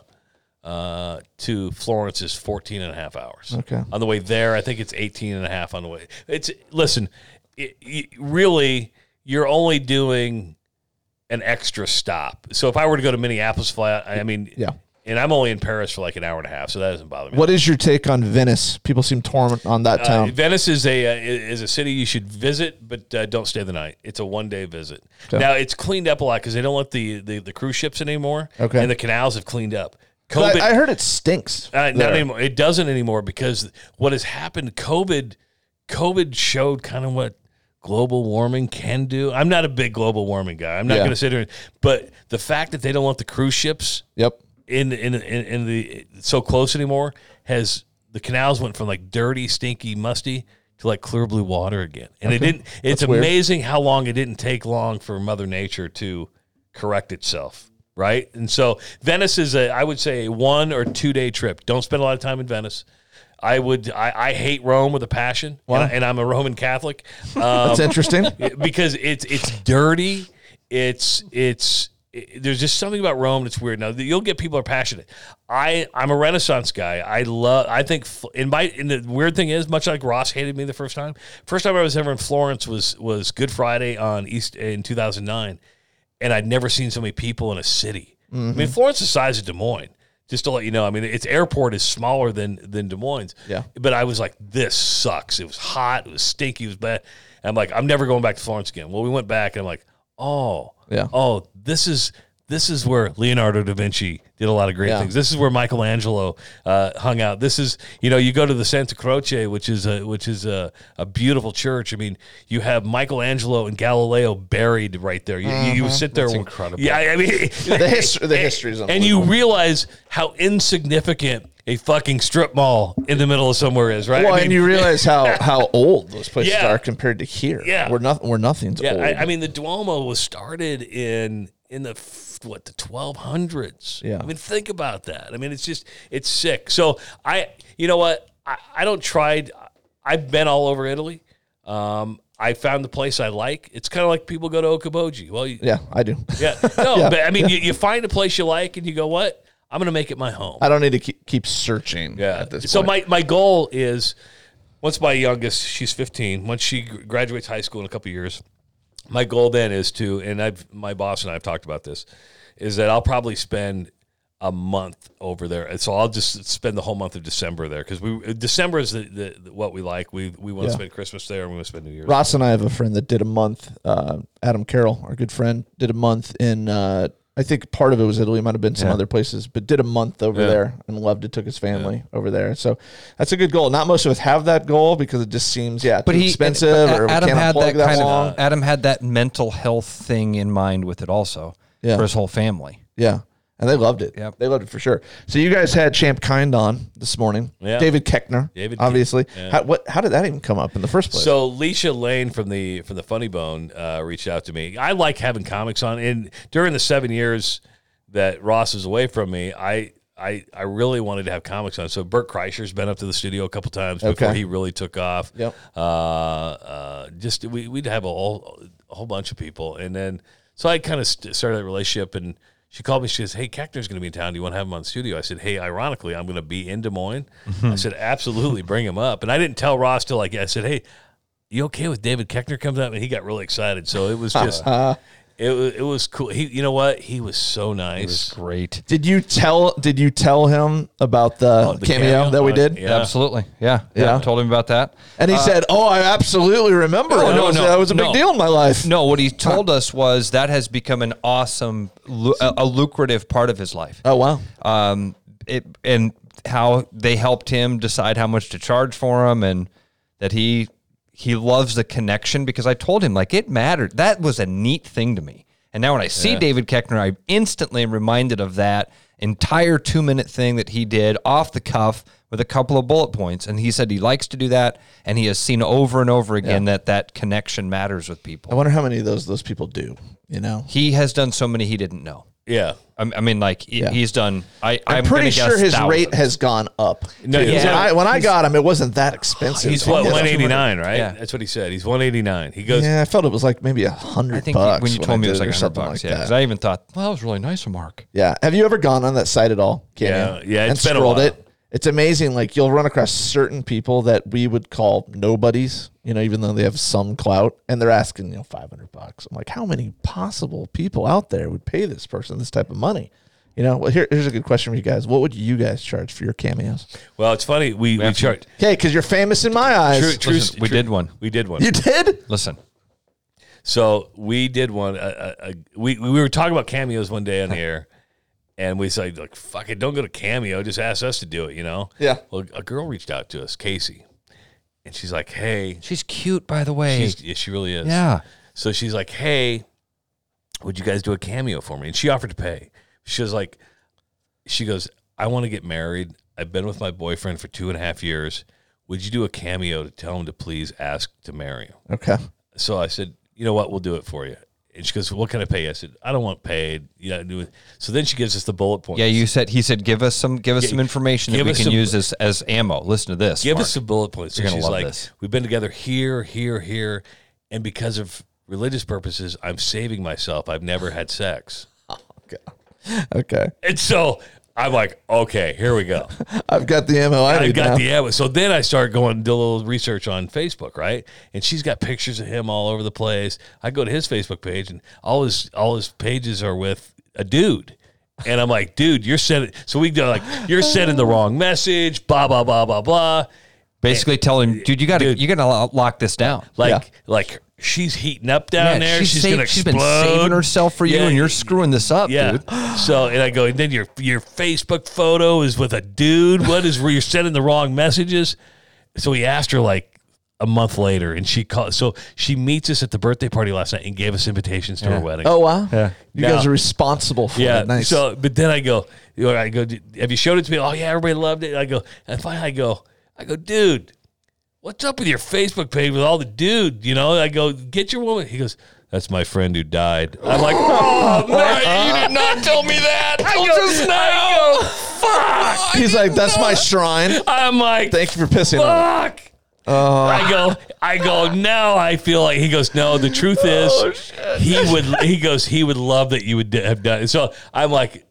Speaker 1: uh, to Florence is 14 and a half hours.
Speaker 3: Okay.
Speaker 1: On the way there, I think it's 18 and a half on the way. It's listen, it, it- really you're only doing an extra stop. So if I were to go to Minneapolis flat, I I mean
Speaker 3: Yeah.
Speaker 1: And I'm only in Paris for like an hour and a half, so that doesn't bother me.
Speaker 3: What is your take on Venice? People seem torn on that
Speaker 1: Uh,
Speaker 3: town.
Speaker 1: Venice is a uh, i- is a city you should visit, but uh, don't stay the night. It's a one day visit. Now it's cleaned up a lot because they don't let the, the, the cruise ships anymore.
Speaker 3: Okay.
Speaker 1: and the canals have cleaned up.
Speaker 3: But
Speaker 1: COVID,
Speaker 3: I, I heard it stinks.
Speaker 1: uh, not
Speaker 3: there.
Speaker 1: anymore. It doesn't anymore because what has happened, COVID, COVID showed kind of what global warming can do. I'm not a big global warming guy. I'm not
Speaker 3: Yeah.
Speaker 1: going to sit here, and- but the fact that they don't want the cruise ships
Speaker 3: Yep.
Speaker 1: in in in, in the so close anymore has the canals went from like dirty, stinky, musty to like clear blue water again. And it didn't. It's
Speaker 3: weird.
Speaker 1: amazing how long it didn't take long for Mother Nature to correct itself. Right, and so Venice is a I would say a one or two day trip. Don't spend a lot of time in Venice. I would I, I hate Rome with a passion, and, I, and I'm a Roman Catholic. Um, <laughs>
Speaker 3: It's interesting.
Speaker 1: because it's it's dirty. It's it's it- there's just something about Rome that's weird. Now you'll get people who are passionate. I I'm a Renaissance guy. I love. I think f- in my and the weird thing is much like Ross hated me the first time. First time I was ever in Florence was was Good Friday on East in 2009, and I'd never seen so many people in a city. I
Speaker 3: Mm-hmm.
Speaker 1: mean, Florence is the size of Des Moines. Just to let you know, I mean, its airport is smaller than than Des Moines.
Speaker 3: Yeah.
Speaker 1: But I was like, this sucks. It was hot. It was stinky. It was bad. And I'm like, I'm never going back to Florence again. Well, we went back, and I'm like, oh,
Speaker 3: Yeah.
Speaker 1: oh, this is this is where Leonardo da Vinci did a lot of great
Speaker 3: Yeah.
Speaker 1: things. This is where Michelangelo uh, hung out. This is you know, you go to the Santa Croce, which is a which is a, a beautiful church. I mean, you have Michelangelo and Galileo buried right there. You, you, you sit there,
Speaker 2: incredible.
Speaker 1: Yeah, I mean,
Speaker 3: Mm-hmm. <laughs> The
Speaker 1: <laughs>
Speaker 3: history. The history is
Speaker 1: and you realize how insignificant a fucking strip mall in the middle of somewhere is, right?
Speaker 3: Well,
Speaker 1: I mean,
Speaker 3: and
Speaker 1: <laughs>
Speaker 3: you realize how, how old those places
Speaker 1: Yeah.
Speaker 3: are compared to here.
Speaker 1: Yeah.
Speaker 3: We're nothing. We're nothing's
Speaker 1: yeah,
Speaker 3: old.
Speaker 1: I, I mean, the Duomo was started in in the f- what the 1200s.
Speaker 3: Yeah.
Speaker 1: I mean, think about that. I mean, it's just it's sick. So I, you know what, I, I don't try. I've been all over Italy. Um, I found the place I like. It's kind of like people go to Okoboji. Well, you,
Speaker 3: yeah, I do.
Speaker 1: yeah, no,
Speaker 3: Yeah.
Speaker 1: but I mean, you, you find a place you like, and you go, "What? I'm going to make it my home."
Speaker 3: <laughs> I don't need to keep, keep searching. At this
Speaker 1: so
Speaker 3: point.
Speaker 1: my my goal is once my youngest, she's 15, once she gr- graduates high school in a couple years, my goal then is to and I've my boss and I have talked about this is that I'll probably spend a month over there. And so I'll just spend the whole month of December there cuz we December is the, the, the- what we like. We we want to
Speaker 3: Yeah.
Speaker 1: spend Christmas there and we want to spend New Year's.
Speaker 3: Ross and I have a friend that did a month. Uh, Adam Carroll, our good friend, did a month in. Uh, I think part of it was Italy, might have been some other places, but did a month over there and loved it. Took his family over there, so that's a good goal. Not most of us have that goal because it just seems yeah,
Speaker 2: But
Speaker 3: too
Speaker 2: he
Speaker 3: expensive
Speaker 2: but
Speaker 3: or we
Speaker 2: Adam
Speaker 3: can't
Speaker 2: had that
Speaker 3: unplug that,
Speaker 2: kind
Speaker 3: long.
Speaker 2: of Adam had that mental health thing in mind with it also
Speaker 3: Yeah.
Speaker 2: for his whole family.
Speaker 3: yeah, and they loved it.
Speaker 2: Yep.
Speaker 3: they loved it for sure. So you guys had Champ Kind on this morning.
Speaker 1: Yeah.
Speaker 3: David Keckner,
Speaker 1: David Ke-
Speaker 3: obviously. How, what? How did that even come up in the first place?
Speaker 1: So Leisha Lane from the from the Funny Bone uh, reached out to me. I like having comics on, and during the seven years that Ross was away from me, I I, I really wanted to have comics on. So Bert Kreischer's been up to the studio a couple times before
Speaker 3: Okay.
Speaker 1: he really took off.
Speaker 3: Yep.
Speaker 1: Uh, uh, just we we'd have a whole a whole bunch of people, and then so I kind of st- started that relationship and. She called me. She says, "Hey, Keckner's going to be in town. Do you want to have him on the studio?" I said, "Hey, ironically, I'm going to be in Des Moines." I said, "Absolutely, bring him up." And I didn't tell Ross till like I said, "Hey, you okay with David Keckner comes up and he got really excited. So it was just it was it was cool. He you know what? He was so nice.
Speaker 2: Great.
Speaker 3: did you tell? Did you tell him about the,
Speaker 1: the
Speaker 3: cameo,
Speaker 1: cameo?
Speaker 3: that we
Speaker 1: Uh,
Speaker 3: did?
Speaker 1: Yeah.
Speaker 2: Absolutely. Yeah.
Speaker 3: Yeah.
Speaker 2: I told him about that.
Speaker 3: And he said, "Oh, I absolutely remember.
Speaker 2: No,
Speaker 1: Oh,
Speaker 3: it.
Speaker 2: no,
Speaker 3: that was,
Speaker 2: no,
Speaker 3: that was a big
Speaker 2: no.
Speaker 3: deal in my life."
Speaker 2: No, what he told us was that has become an awesome, lu- a a lucrative part of his life.
Speaker 3: Oh wow.
Speaker 2: um, it and how they helped him decide how much to charge for him, and that he he loves the connection because I told him like it mattered. That was a neat thing to me, and now when I see David Keckner, I instantly am reminded of that entire two minute thing that he did off the cuff with a couple of bullet points, and he said he likes to do that, and he has seen over and over again that that connection matters with
Speaker 3: I
Speaker 2: people.
Speaker 3: wonder how many of those those people do. You know.
Speaker 2: He has done so many he didn't know.
Speaker 1: Yeah.
Speaker 2: I, I mean, like he,
Speaker 3: Yeah.
Speaker 2: he's done. I, I'm,
Speaker 3: I'm pretty
Speaker 2: gonna guess
Speaker 3: sure his rate
Speaker 2: thousands.
Speaker 3: has gone up.
Speaker 1: No,
Speaker 3: too.
Speaker 1: he's
Speaker 3: when,
Speaker 1: at-
Speaker 3: I, when I got him, it wasn't that expensive.
Speaker 1: He's what
Speaker 3: Yeah.
Speaker 1: 189, right?
Speaker 2: Yeah.
Speaker 1: That's what he said. He's 189. He goes,
Speaker 3: Yeah, I felt it was like maybe a hundred.
Speaker 2: I think
Speaker 3: bucks
Speaker 2: when you told
Speaker 3: I
Speaker 2: me it was
Speaker 3: did
Speaker 2: like 100
Speaker 3: or something
Speaker 2: bucks,
Speaker 3: like
Speaker 2: yeah, because
Speaker 3: that.
Speaker 2: I even thought, well, that was really nice of Mark.
Speaker 3: yeah. Have you ever gone on that site at all? Can
Speaker 1: Yeah,
Speaker 3: you?
Speaker 1: yeah,
Speaker 3: and
Speaker 1: it's been a
Speaker 3: scrolled
Speaker 1: while.
Speaker 3: it. It's amazing. Like you'll run across certain people that we would call nobodies. You know, even though they have some clout, and they're asking you know five hundred bucks. I'm like, how many possible people out there would pay this person this type of money? You know, well, here, here's a good question for you guys. What would you guys charge for your cameos?
Speaker 1: well, it's funny. We, we
Speaker 2: have to-
Speaker 1: chart.
Speaker 3: Okay, because you're famous in my eyes.
Speaker 1: True, true,
Speaker 2: Listen, we
Speaker 1: true-
Speaker 2: did one.
Speaker 1: We did one.
Speaker 3: You did?
Speaker 2: Listen,
Speaker 1: So we did one. Uh, uh, uh, we we were talking about cameos one day on here, and we said like, "Fuck it, don't go to Cameo. Just ask us to do it." You know?
Speaker 3: Yeah.
Speaker 1: Well, a girl reached out to us, Casey, and she's like, "Hey,
Speaker 2: she's cute, by the way.
Speaker 1: she's, yeah, she really is."
Speaker 2: yeah,
Speaker 1: So she's like, "Hey, would you guys do a cameo for me?" And she offered to pay. She was like, "She goes, I want to get married. I've been with my boyfriend for two and a half years. Would you do a cameo to tell him to please ask to marry him?"
Speaker 3: Okay.
Speaker 1: So I said, you know what, we'll do it for you. And she goes, what can I pay? you?" I said, I don't want paid. You know, do it. So then she gives us the bullet points.
Speaker 2: yeah. You said he said give us some give us
Speaker 1: Yeah,
Speaker 2: some information that
Speaker 1: give
Speaker 2: we
Speaker 1: us
Speaker 2: can
Speaker 1: some-
Speaker 2: use as as ammo. Listen to this.
Speaker 1: give
Speaker 2: Mark.
Speaker 1: us some bullet points. So
Speaker 2: You're gonna
Speaker 1: she's
Speaker 2: love
Speaker 1: like,
Speaker 2: this.
Speaker 1: we've been together here, here, here, and because of religious purposes, I'm saving myself. I've never had sex.
Speaker 3: Okay. Okay.
Speaker 1: And so I'm like, okay, here we go.
Speaker 3: I've got the ammo. I
Speaker 1: I
Speaker 3: need
Speaker 1: got
Speaker 3: now.
Speaker 1: the ad. So then I start going do a little research on Facebook, right? And she's got pictures of him all over the place. I go to his Facebook page, and all his all his pages are with a dude. And I'm like, dude, you're sending. So we go like, you're sending the wrong message. Blah blah blah blah blah.
Speaker 2: Basically, tell him, dude, you got to
Speaker 1: Dude.
Speaker 2: you got to lock this down.
Speaker 1: Like
Speaker 3: Yeah.
Speaker 1: like she's heating up down there. She's,
Speaker 2: sa-
Speaker 1: gonna
Speaker 2: she's
Speaker 1: explode.
Speaker 2: been saving herself for you,
Speaker 1: Yeah,
Speaker 2: and you're screwing this up,
Speaker 1: yeah.
Speaker 2: dude.
Speaker 1: So and I go, and then your your Facebook photo is with a dude. What is where you're sending the wrong messages? So he asked her like a month later, and she called. So she meets us at the birthday party last night and gave us invitations to her wedding.
Speaker 3: Oh wow!
Speaker 2: Yeah.
Speaker 3: you
Speaker 1: Now-
Speaker 3: guys are responsible for
Speaker 1: Yeah.
Speaker 3: it. Nice.
Speaker 1: So, but then I go, you know, I go, "D- have you showed it to me? Oh yeah, everybody loved it. I go, and finally I go, I go, dude, what's up with your Facebook page with all the dude? You know, I go, get your woman. He goes, that's my friend who died. I'm like, <laughs> oh man, you did not tell me that. I go, I go, fuck.
Speaker 3: <laughs> He's like, "That's my shrine.
Speaker 1: I'm like,
Speaker 3: Thank you for pissing on me."
Speaker 1: fuck.
Speaker 2: Uh,
Speaker 1: I go, I go. Now I feel like he goes. No, the truth is,
Speaker 2: Oh,
Speaker 1: he would. He goes. He would love that you would d- have done. it." So I'm like,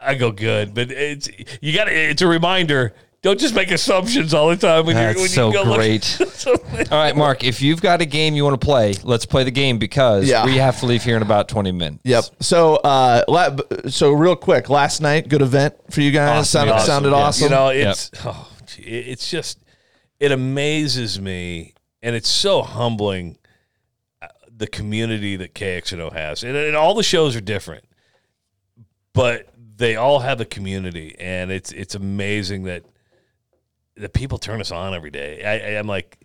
Speaker 1: I go good, but it's you got. to It's a reminder. Don't just make assumptions all the time when
Speaker 2: That's
Speaker 1: you're when
Speaker 2: so
Speaker 1: you go look- <laughs>
Speaker 2: great.
Speaker 1: So-
Speaker 2: All right, Mark, if you've got a game you want to play, let's play the game because
Speaker 3: Yeah.
Speaker 2: we have to leave here in about 20 minutes.
Speaker 3: Yep. So, uh, la- so real quick, last night, good event for you guys.
Speaker 2: Awesome,
Speaker 3: sounded,
Speaker 2: awesome.
Speaker 3: sounded
Speaker 2: Yeah.
Speaker 3: awesome.
Speaker 1: You know, it's oh, gee, it- it's just it amazes me, and it's so humbling. uh, The community that KXNO has, and, and all the shows are different, but they all have a community, and it's it's amazing that the people turn us on every day. I, I am like,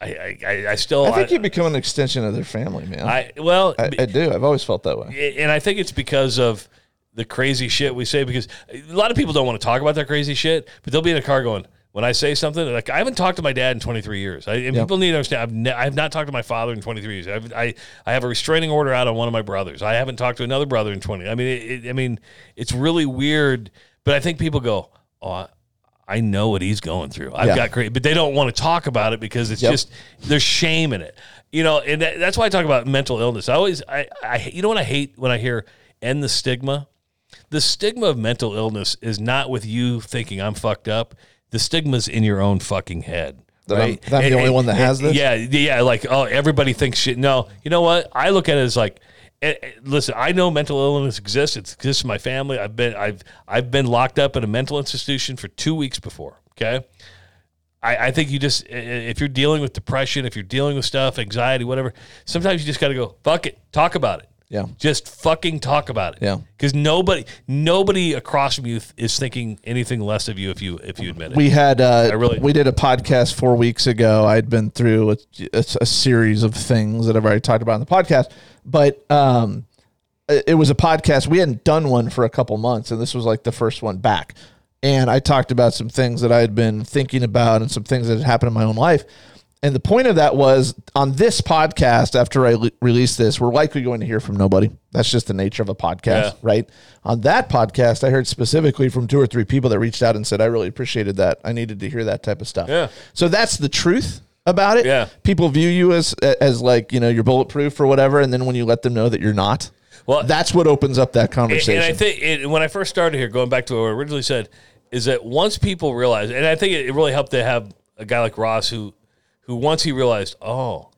Speaker 1: I I, I, I still
Speaker 3: I think
Speaker 1: I,
Speaker 3: you become an extension of their family, man. I,
Speaker 1: I well
Speaker 3: I, do. I've always felt that way.
Speaker 1: and I think it's because of the crazy shit we say. Because a lot of people don't want to talk about that crazy shit, but they'll be in a car going, "When I say something, like I haven't talked to my dad in 23 years, I, and
Speaker 3: Yeah.
Speaker 1: people need to understand, I've, ne- I have not talked to my father in 23 years. I've, I I have a restraining order out on one of my brothers. I haven't talked to another brother in 20. I mean, it, it, I mean, it's really weird, but I think people go, "Oh." I, I know what he's going through. I've
Speaker 3: Yeah.
Speaker 1: got great, but they don't want to talk about it because it's
Speaker 3: Yep.
Speaker 1: just there's shame in it, you know. And that, that's why I talk about mental illness. I always, I, I, you know what I hate when I hear end the stigma. The stigma of mental illness is not with you thinking I'm fucked up. The stigma's in your own fucking head.
Speaker 3: That I'm-
Speaker 1: right?
Speaker 3: that I'm the
Speaker 1: And-
Speaker 3: only
Speaker 1: and-
Speaker 3: one that has
Speaker 1: and-
Speaker 3: this?
Speaker 1: Yeah, yeah. Like, oh, everybody thinks shit. No, you know what? I look at it as like, eh, eh, listen, I know mental illness exists. It exists in my family. I've been, I've, I've been locked up at a mental institution for two weeks before. Okay. I, I think you just i- i- if you're dealing with depression, if you're dealing with stuff, anxiety, whatever, sometimes you just got to go fuck it, talk about it.
Speaker 3: Yeah.
Speaker 1: just fucking talk about it.
Speaker 3: Yeah.
Speaker 1: because nobody, nobody across from you th- is thinking anything less of you if you if you admit it.
Speaker 3: We had uh,
Speaker 1: really-
Speaker 3: we did a podcast four weeks ago. I'd been through a, a, a series of things that I've already talked about in the podcast, but um, it it was a podcast. We hadn't done one for a couple months, and this was like the first one back. And I talked about some things that I had been thinking about and some things that had happened in my own life. And the point of that was on this podcast, after I le- release this, we're likely going to hear from nobody. That's just the nature of a podcast,
Speaker 1: Yeah.
Speaker 3: right? On that podcast, I heard specifically from two or three people that reached out and said, I really appreciated that. I needed to hear that type of stuff.
Speaker 1: Yeah.
Speaker 3: So that's the truth about it.
Speaker 1: Yeah.
Speaker 3: People view you as, as like, you know, you're bulletproof or whatever. And then when you let them know that you're not,
Speaker 1: Well-
Speaker 3: that's what opens up that
Speaker 1: And-
Speaker 3: conversation.
Speaker 1: And I think it, when I first started here, going back to what I originally said, is that once people realize, and I think it, it really helped to have a guy like Ross who, who once he realized, oh,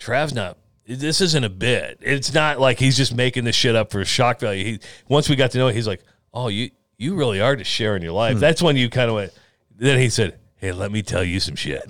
Speaker 1: Trav's not. This isn't a bit. It's not like he's just making this shit up for shock value. He once we got to know, it, he's like, oh, you you really are just sharing your life. That's when you kind of went. Then he said. Hey, let me tell you some shit.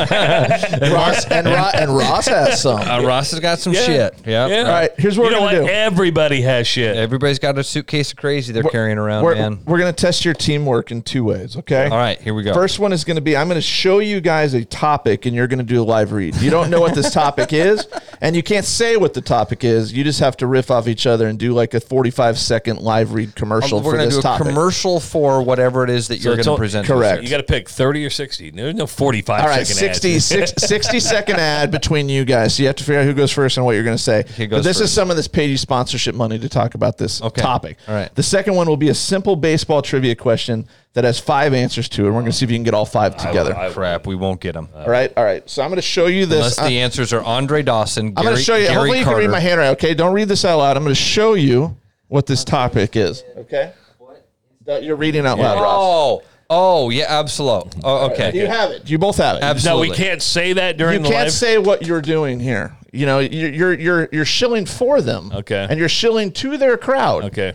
Speaker 3: Ross, and, Ro- and Ross has some.
Speaker 2: Uh, Ross has got some shit. Yeah.
Speaker 1: Yeah.
Speaker 3: All right, here's what
Speaker 1: You
Speaker 3: we're
Speaker 1: know
Speaker 3: gonna
Speaker 1: what?
Speaker 3: do.
Speaker 1: Everybody has shit.
Speaker 2: Everybody's got a suitcase of crazy they're <laughs> carrying around,
Speaker 3: we're,
Speaker 2: man.
Speaker 3: We're going to test your teamwork in two ways, okay?
Speaker 2: All right, here we go.
Speaker 3: First one is going to be I'm going to show you guys a topic and you're going to do a live read. You don't know what this topic <laughs> is, and you can't say what the topic is. You just have to riff off each other and do like a 45 second live read commercial
Speaker 2: we're
Speaker 3: for
Speaker 2: gonna
Speaker 3: this
Speaker 2: do a
Speaker 3: topic.
Speaker 2: commercial for whatever it is that you're
Speaker 1: it's
Speaker 2: going
Speaker 1: all-
Speaker 2: to present.
Speaker 3: correct.
Speaker 1: You got to pick 30 or 60. There's no 45
Speaker 3: All right,
Speaker 1: second
Speaker 3: 60,
Speaker 1: ads.
Speaker 2: <laughs>
Speaker 3: six, 60 second ad between you guys. So you have to figure out who goes first and what you're going to say.
Speaker 2: Who goes
Speaker 3: but this is
Speaker 2: first?
Speaker 3: some of this Pagey sponsorship money to talk about this
Speaker 2: Okay.
Speaker 3: topic.
Speaker 2: All right.
Speaker 3: The second one will be a simple baseball trivia question that has five answers to it. We're going to see if you can get all five together.
Speaker 1: I-
Speaker 2: Crap, we won't get them.
Speaker 3: all right, all right. So I'm going to show you Uh, this.
Speaker 2: Unless
Speaker 3: I'm,
Speaker 2: the answers are Andre Dawson, Gary,
Speaker 3: I'm going to show you.
Speaker 2: Gary
Speaker 3: hopefully,
Speaker 2: Carter.
Speaker 3: you can read my handwriting. Okay, don't read this out loud. I'm going to show you what this topic is. Okay. That You're reading out loud,
Speaker 2: Oh,
Speaker 3: Ross.
Speaker 2: oh yeah, absolutely. Oh, okay.
Speaker 3: Do you have it? Do you both have it?
Speaker 1: No, we
Speaker 2: Absolutely.
Speaker 1: can't say that during
Speaker 3: you
Speaker 1: the
Speaker 3: can't
Speaker 1: live.
Speaker 3: say what you're doing here. You know, you're you're you're, you're shilling for them.
Speaker 1: Okay.
Speaker 3: And you're shilling to their crowd.
Speaker 1: okay.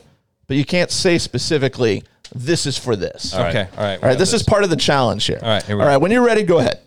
Speaker 3: But you can't say specifically this is for this. All right.
Speaker 2: Okay. All right.
Speaker 3: All right, this is part of the challenge here. All
Speaker 2: right, here we
Speaker 3: All
Speaker 2: go.
Speaker 3: right, when you're ready, go ahead.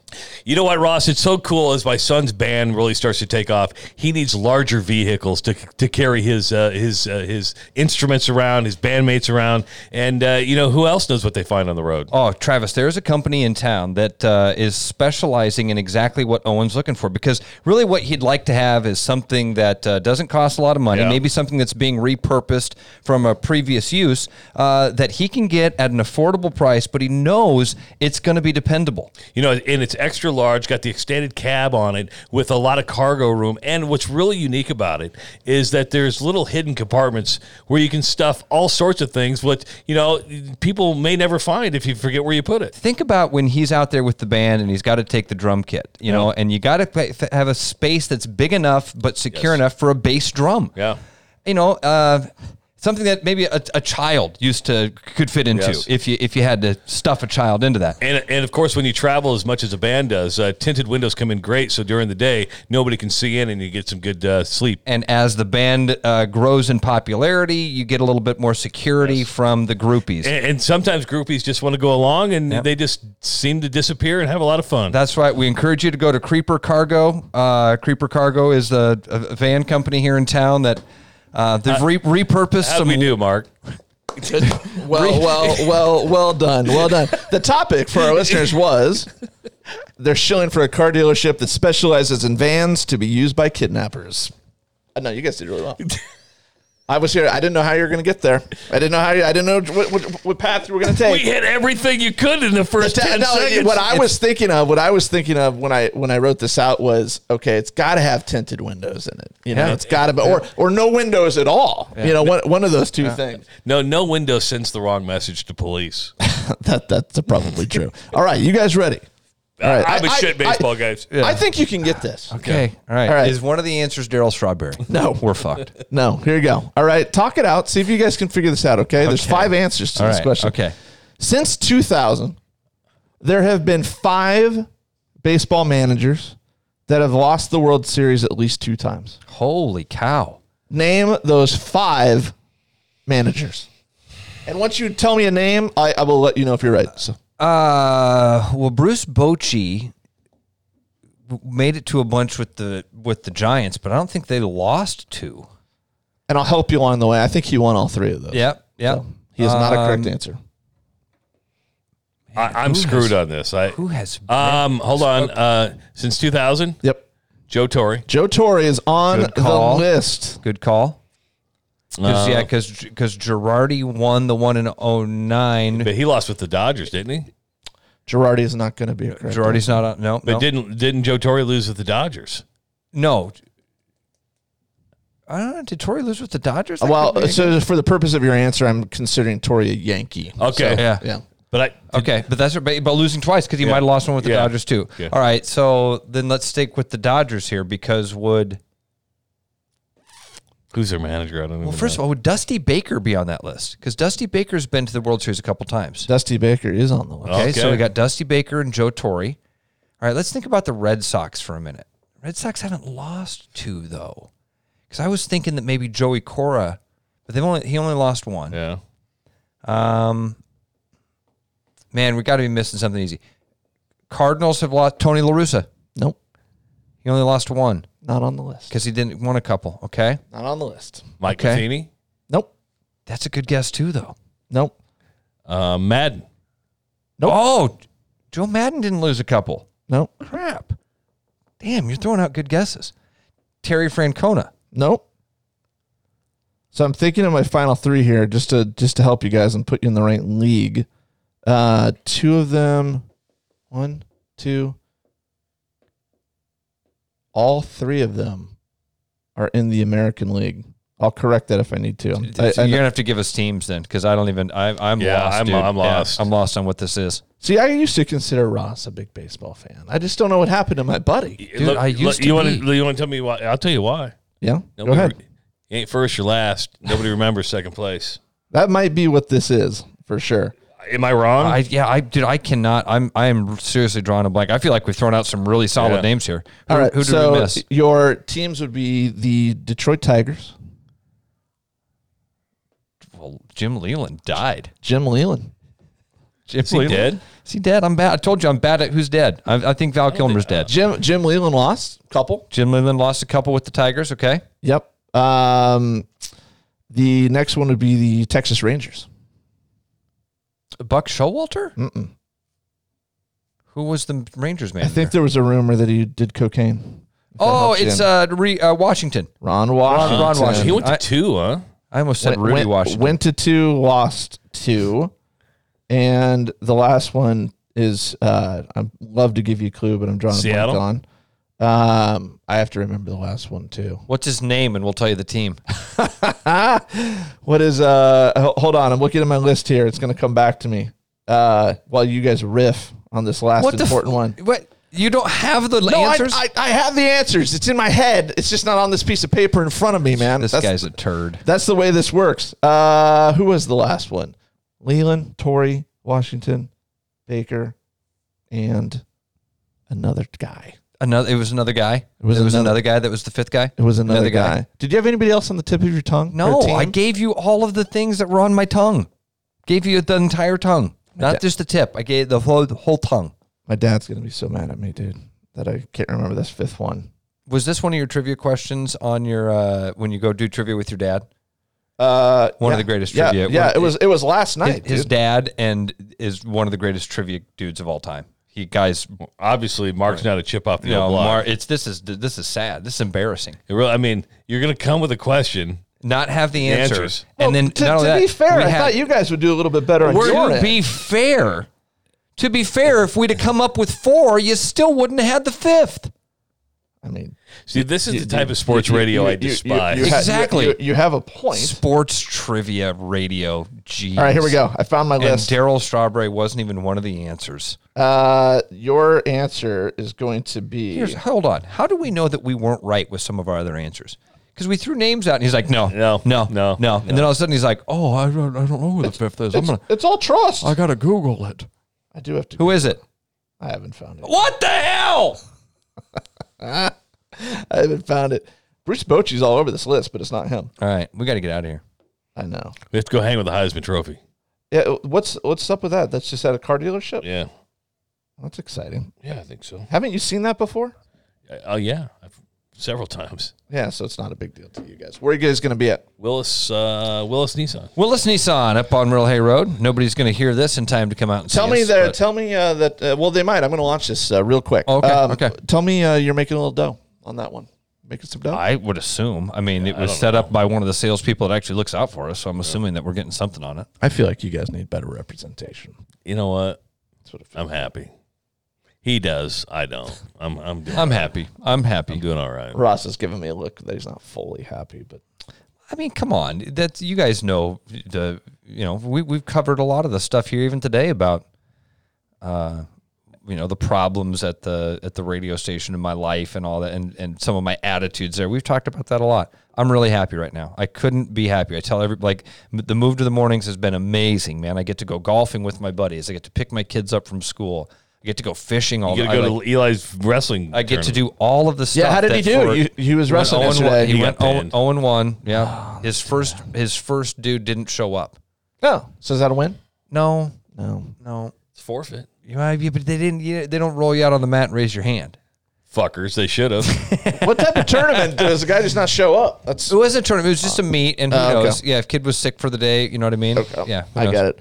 Speaker 1: You know what, Ross? It's so cool as my son's band really starts to take off. He needs larger vehicles to, to carry his uh, his uh, his instruments around, his bandmates around, and uh, you know who else knows what they find on the road?
Speaker 2: Oh, Travis, there's a company in town that uh, is specializing in exactly what Owen's looking for because really what he'd like to have is something that uh, doesn't cost a lot of money,
Speaker 1: Yeah.
Speaker 2: maybe something that's being repurposed from a previous use uh, that he can get at an affordable price, but he knows it's going to be dependable.
Speaker 1: You know, and it's extra large, got the extended cab on it with a lot of cargo room. And what's really unique about it is that there's little hidden compartments where you can stuff all sorts of things, what, you know, people may never find if you forget where you put it.
Speaker 2: think about when he's out there with the band and he's got to take the drum kit, you know, and you got to have a space that's big enough but secure enough for a bass drum.
Speaker 1: Yeah.
Speaker 2: you know, uh, something that maybe a, a child used to could fit into
Speaker 1: Yes.
Speaker 2: if you if you had to stuff a child into that.
Speaker 1: And, and of course, when you travel as much as a band does, uh, tinted windows come in great. So during the day, nobody can see in and you get some good uh, sleep.
Speaker 2: And as the band uh, grows in popularity, you get a little bit more security from the groupies.
Speaker 1: And, and sometimes groupies just want to go along and they just seem to disappear and have a lot of fun.
Speaker 2: That's right. We encourage you to go to Creeper Cargo. Uh, Creeper Cargo is the uh, van company here in town that uh, they've re- repurposed
Speaker 1: How
Speaker 2: some
Speaker 1: we do, Mark?
Speaker 3: Well, well, well, well done. Well done. The topic for our listeners was they're shilling for a car dealership that specializes in vans to be used by kidnappers. Uh, No, you guys did really well. <laughs> I was here. I didn't know how you were going to get there. I didn't know how you, I didn't know what, what, what path you were going to take.
Speaker 1: We hit everything you could in the first
Speaker 3: Ta-
Speaker 1: 10
Speaker 3: no,
Speaker 1: seconds.
Speaker 3: what I was thinking of, what I was thinking of when I when I wrote this out was okay, it's got to have tinted windows in it. You know, it's got to be or or no windows at all. You know, one, one of those two things.
Speaker 1: No, no window sends the wrong message to police.
Speaker 3: That that's
Speaker 2: <laughs>
Speaker 3: probably true. all right, you guys ready? All right,
Speaker 1: I'm a
Speaker 3: I-
Speaker 1: shit
Speaker 3: I-
Speaker 1: baseball
Speaker 3: I-
Speaker 1: guy.
Speaker 3: I think you can get this.
Speaker 2: Okay. All, right.
Speaker 3: All right.
Speaker 2: Is one of the answers Daryl <laughs> Strawberry?
Speaker 3: No.
Speaker 2: We're fucked.
Speaker 3: No, here you go. All right, talk it out. See if you guys can figure this out. Okay, there's
Speaker 2: Okay.
Speaker 3: five answers to
Speaker 2: All
Speaker 3: this
Speaker 2: right.
Speaker 3: question.
Speaker 2: Okay.
Speaker 3: since 2000, there have been five baseball managers that have lost the World Series at least two times.
Speaker 2: Holy cow.
Speaker 3: Name those five managers. And once you tell me a name, I, I will let you know if you're right. So
Speaker 2: Uh, well, Bruce Bochy w- made it to a bunch with the with the Giants, but I don't think they lost two.
Speaker 3: and I'll help you along the way. I think he won all three of those.
Speaker 2: Yep. Yep.
Speaker 3: He is not a correct
Speaker 2: Um,
Speaker 3: answer.
Speaker 1: I, I'm screwed on this. I,
Speaker 2: Who has?
Speaker 1: um, hold on. Uh, since 2000,
Speaker 3: Yep.
Speaker 1: Joe Torre.
Speaker 3: Joe Torre is on
Speaker 2: Good
Speaker 3: the
Speaker 2: call.
Speaker 3: list.
Speaker 2: good call. Cause, yeah, because because Girardi won the one in 09.
Speaker 1: But he lost with the Dodgers, didn't he?
Speaker 3: Girardi is not going to be a correct
Speaker 2: Girardi's not on. No,
Speaker 1: But
Speaker 2: no.
Speaker 1: didn't didn't Joe Torre lose with the Dodgers?
Speaker 2: no. I don't know. Did Torrey lose with the Dodgers? That could be
Speaker 3: Uh, Well,
Speaker 2: a-
Speaker 3: so for the purpose of your answer, I'm considering Tori a Yankee.
Speaker 1: Okay.
Speaker 2: yeah.
Speaker 3: So, yeah.
Speaker 1: But I
Speaker 2: Okay, but that's but, but losing twice because he might have lost one with the
Speaker 1: Yeah.
Speaker 2: Dodgers too.
Speaker 1: Yeah.
Speaker 2: All right, so then let's stick with the Dodgers here because would
Speaker 1: who's their manager? I don't even know.
Speaker 2: well first of all would Dusty Baker be on that list because Dusty Baker's been to the World Series a couple times.
Speaker 3: Dusty Baker is on the list.
Speaker 2: Okay, so we
Speaker 1: Okay.
Speaker 2: got Dusty Baker and Joe Torre. All right, let's think about the Red Sox for a minute. Red Sox haven't lost two though, because I was thinking that maybe Joey Cora, but they've only he only lost one.
Speaker 1: yeah.
Speaker 2: Um, man, we got to be missing something easy. Cardinals have lost Tony La Russa.
Speaker 3: Nope,
Speaker 2: He only lost one
Speaker 3: not on the list.
Speaker 2: because he didn't won a couple. Okay,
Speaker 3: Not on the list.
Speaker 1: Mike
Speaker 2: Okay.
Speaker 1: Matheny,
Speaker 3: Nope,
Speaker 2: that's a good guess too, though.
Speaker 3: nope.
Speaker 1: uh, Madden.
Speaker 2: Oh, Joe Madden didn't lose a couple.
Speaker 3: Nope.
Speaker 2: Crap. Damn, you're throwing out good guesses. Terry Francona.
Speaker 3: Nope. So I'm thinking of my final three here, just to just to help you guys and put you in the right league. Uh, two of them, one, two, all three of them are in the American League. I'll correct that if I need to. I'm- I-
Speaker 2: So
Speaker 3: I-
Speaker 2: you're gonna have to give us teams then, because I don't even. I, I'm
Speaker 1: Yeah,
Speaker 2: lost.
Speaker 1: I'm-
Speaker 2: dude.
Speaker 1: I'm
Speaker 2: Yeah,
Speaker 1: lost.
Speaker 2: I'm lost on what this is.
Speaker 3: see, I used to consider Ross a big baseball fan. I just don't know what happened to my buddy.
Speaker 1: Dude,
Speaker 2: I used to
Speaker 1: you want
Speaker 2: be.
Speaker 1: you want to tell me why? I'll tell you why.
Speaker 3: Yeah, go
Speaker 1: Nobody
Speaker 3: ahead.
Speaker 1: re- you ain't first or last. Nobody remembers second place.
Speaker 3: That might be what this is for sure.
Speaker 1: Am I wrong?
Speaker 2: I yeah, I dude, I cannot. I'm I am seriously drawing a blank. I feel like we've thrown out some really solid
Speaker 1: Yeah.
Speaker 2: names here. Who,
Speaker 3: All right,
Speaker 2: who did
Speaker 3: so
Speaker 2: we miss?
Speaker 3: your teams would be the Detroit Tigers,
Speaker 2: Well, Jim Leland died.
Speaker 3: Jim Leland.
Speaker 2: Jim
Speaker 1: he dead?
Speaker 2: Is he dead? I'm bad. I told you I'm bad at who's dead. I, I think Val Kilmer's
Speaker 1: uh,
Speaker 2: dead.
Speaker 3: Jim Jim Leland lost couple.
Speaker 2: Jim Leland lost a couple with the Tigers. Okay.
Speaker 3: Yep. Um, the next one would be the Texas Rangers.
Speaker 2: Buck Showalter? Mm-mm. Who was the Rangers
Speaker 3: I
Speaker 2: manager?
Speaker 3: think there was a rumor that he did cocaine. If that
Speaker 2: oh,
Speaker 3: helps you
Speaker 2: it's
Speaker 3: in.
Speaker 2: uh, re, uh Washington.
Speaker 3: Ron Washington.
Speaker 2: Ron Washington.
Speaker 1: Uh, he went to
Speaker 2: I-
Speaker 1: two, huh?
Speaker 2: I almost said
Speaker 3: Went,
Speaker 2: Rudy
Speaker 3: went-
Speaker 2: Washington.
Speaker 3: went to two, lost two, and the last one is uh, I'd love to give you a clue, but I'm drawing
Speaker 1: Seattle?
Speaker 3: a blank on. Um, I have to remember the last one too.
Speaker 2: What's his name? And we'll tell you the team.
Speaker 3: <laughs> What is uh? ho- Hold on, I'm looking at my list here. It's gonna come back to me. Uh, while you guys riff on this last
Speaker 2: What the
Speaker 3: important
Speaker 2: f-
Speaker 3: one.
Speaker 2: What? You don't have the
Speaker 3: No, I,
Speaker 2: answers?
Speaker 3: I, I have the answers. It's in my head. It's just not on this piece of paper in front of me, man.
Speaker 2: this
Speaker 3: that's,
Speaker 2: guy's a turd.
Speaker 3: that's the way this works. Uh, who was the last one? Leland, Torrey, Washington, Baker, and another guy.
Speaker 2: Another. It was another guy. It
Speaker 3: was
Speaker 2: was, another,
Speaker 3: another-
Speaker 2: guy that was the fifth guy.
Speaker 3: It was another, guy. Did you have anybody else on the tip of your tongue?
Speaker 2: No,
Speaker 3: Or team?
Speaker 2: I gave you all of the things that were on my tongue. Gave you the entire tongue, not just the tip. I gave the whole, the whole tongue.
Speaker 3: my dad's gonna be so mad at me, dude, that I can't remember this fifth one.
Speaker 2: Was this one of your trivia questions on your uh, when you go do trivia with your dad?
Speaker 3: Uh,
Speaker 2: One of
Speaker 3: yeah.
Speaker 2: the greatest
Speaker 3: Yeah,
Speaker 2: trivia-
Speaker 3: Yeah,
Speaker 2: one-
Speaker 3: it was it was last
Speaker 2: His,
Speaker 3: night.
Speaker 2: his
Speaker 3: dude.
Speaker 2: dad and is one of the greatest trivia dudes of all time. He guys, you
Speaker 1: Obviously, Mark's not a chip off the
Speaker 2: know,
Speaker 1: old block.
Speaker 2: Mar, it's this is this is sad. This is embarrassing.
Speaker 1: It really, I mean, you're gonna come with a question.
Speaker 2: Not have the, answers.
Speaker 1: answers.
Speaker 2: and then
Speaker 3: to,
Speaker 2: not only
Speaker 3: to
Speaker 2: that,
Speaker 3: be fair,
Speaker 2: we
Speaker 3: I
Speaker 2: had-
Speaker 3: thought you guys would do a little bit better on
Speaker 2: We're-
Speaker 3: your
Speaker 2: to
Speaker 3: end.
Speaker 2: be fair, to be fair, if we'd have come up with four, you still wouldn't have had the fifth.
Speaker 3: I mean,
Speaker 1: See, this is the type of sports
Speaker 3: you-
Speaker 1: radio
Speaker 3: you-
Speaker 1: I
Speaker 3: you- you- you
Speaker 1: despise.
Speaker 3: ha- you-
Speaker 2: Exactly.
Speaker 3: You, you have a point.
Speaker 2: Sports trivia radio. Jeez.
Speaker 3: All right, here we go. I found my
Speaker 2: And
Speaker 3: list.
Speaker 2: Daryl Strawberry wasn't even one of the answers.
Speaker 3: Uh, your answer is going to be
Speaker 2: Here's, hold on. How do we know that we weren't right with some of our other answers? Because we threw names out, and he's like, "No,
Speaker 1: No,
Speaker 2: no,
Speaker 1: no,
Speaker 2: no." And then all of a sudden, he's like, "Oh, I don't, I don't know who the fifth is. I'm
Speaker 3: it's,
Speaker 2: gonna,
Speaker 3: it's all trust.
Speaker 2: I
Speaker 3: I,
Speaker 2: gotta Google it.
Speaker 3: do have to.
Speaker 2: Who is it?
Speaker 3: I haven't found it.
Speaker 2: What the hell?
Speaker 3: I haven't found it. Bruce Bochy's all over this list, but it's not him.
Speaker 2: All right, we got to get out of here.
Speaker 3: I know.
Speaker 1: we have to go hang with the Heisman Trophy.
Speaker 3: Yeah, what's what's up with that? That's just at a car dealership.
Speaker 1: Yeah,
Speaker 3: That's exciting.
Speaker 1: yeah, I think so.
Speaker 3: Haven't you seen that before?
Speaker 1: Oh yeah, I've, several times.
Speaker 3: Yeah, so it's not a big deal to you guys. Where are you guys going to be at?
Speaker 1: Willis, uh, Willis Nissan.
Speaker 2: Willis Nissan up on Real Hay Road. Nobody's gonna hear this in time to come out and
Speaker 3: Tell
Speaker 2: see
Speaker 3: me
Speaker 2: us,
Speaker 3: that.
Speaker 2: but-
Speaker 3: Tell me uh, that. Uh, well, they might. I'm going to launch this uh, real quick.
Speaker 2: Oh, okay, okay.
Speaker 3: Tell me uh, you're making a little dough on that one. Making some dough.
Speaker 2: I would assume. I mean, it was set up by one of the salespeople that actually looks out for us, so I'm assuming that we're getting something on it.
Speaker 3: I feel like you guys need better representation.
Speaker 1: You know what?
Speaker 3: That's what it feels.
Speaker 1: I'm happy. He does. I don't. I'm.
Speaker 3: <laughs>
Speaker 1: I'm doing.
Speaker 2: I'm happy. I'm happy.
Speaker 1: I'm doing all right.
Speaker 3: Ross is giving me a look that he's not fully happy, but
Speaker 2: I mean, come on. That's you guys know the you know we we've covered a lot of the stuff here even today about uh you know the problems at the at the radio station in my life and all that and and some of my attitudes there. We've talked about that a lot. I'm really happy right now. I couldn't be happy. I tell every like m- the move to the mornings has been amazing, man. I get to go golfing with my buddies. I get to pick my kids up from school. I get to go fishing all
Speaker 1: You
Speaker 2: the
Speaker 1: gotta
Speaker 2: I,
Speaker 1: go
Speaker 2: like-
Speaker 1: to Eli's wrestling.
Speaker 2: I get to do all of the stuff.
Speaker 3: Yeah, how did he
Speaker 2: that
Speaker 3: do?
Speaker 2: for-
Speaker 3: You- he was
Speaker 2: went
Speaker 3: wrestling
Speaker 2: 0-1.
Speaker 3: yesterday.
Speaker 2: He,
Speaker 1: He
Speaker 2: went
Speaker 1: got
Speaker 2: 0
Speaker 1: pinned.
Speaker 2: 0 and 1.
Speaker 3: Oh,
Speaker 2: Yeah. his first his first dude didn't show up.
Speaker 3: no. "Oh, So is that a win?
Speaker 2: No.
Speaker 3: No.
Speaker 2: No.
Speaker 1: It's forfeit.
Speaker 2: You might be, but they didn't you, they don't roll you out on the mat and raise your hand.
Speaker 1: Fuckers. They should
Speaker 3: <laughs>
Speaker 1: have.
Speaker 3: what type of tournament does the guy just not show up? That's
Speaker 2: It wasn't a tournament, it was just a meet and who
Speaker 3: Oh, okay.
Speaker 2: knows. Yeah, if kid was sick for the day, you know what I mean?
Speaker 3: Okay.
Speaker 2: Yeah.
Speaker 3: I got it.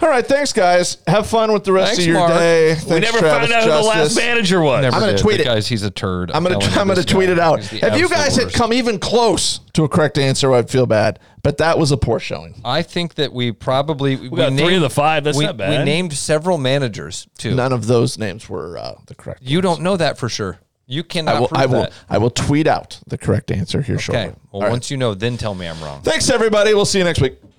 Speaker 3: All right, thanks guys. Have fun with the rest
Speaker 2: Thanks,
Speaker 3: of your
Speaker 2: Mark.
Speaker 3: day.
Speaker 1: we
Speaker 3: Thanks,
Speaker 1: never
Speaker 3: Travis
Speaker 1: found out who the last
Speaker 3: Justice.
Speaker 1: manager was.
Speaker 3: I'm gonna tweet it.
Speaker 2: Guys, he's a turd.
Speaker 3: I'm gonna
Speaker 2: telling you,
Speaker 3: I'm gonna
Speaker 2: this guy
Speaker 3: tweet it out.
Speaker 2: is the
Speaker 3: If you
Speaker 2: absolute
Speaker 3: guys had
Speaker 2: worst.
Speaker 3: come even close to a correct answer, I'd feel bad. But that was a poor showing.
Speaker 2: I think that we probably we,
Speaker 1: got three of the five. That's
Speaker 2: we,
Speaker 1: not bad.
Speaker 2: We named several managers too.
Speaker 3: None of those names were uh, the correct.
Speaker 2: You don't know that for sure. You cannot
Speaker 3: I will,
Speaker 2: prove
Speaker 3: I will
Speaker 2: that.
Speaker 3: I will tweet out the correct answer here shortly.
Speaker 2: Okay. Well,
Speaker 3: All right.
Speaker 2: once you know, then tell me I'm wrong.
Speaker 3: Thanks everybody. We'll see you next week.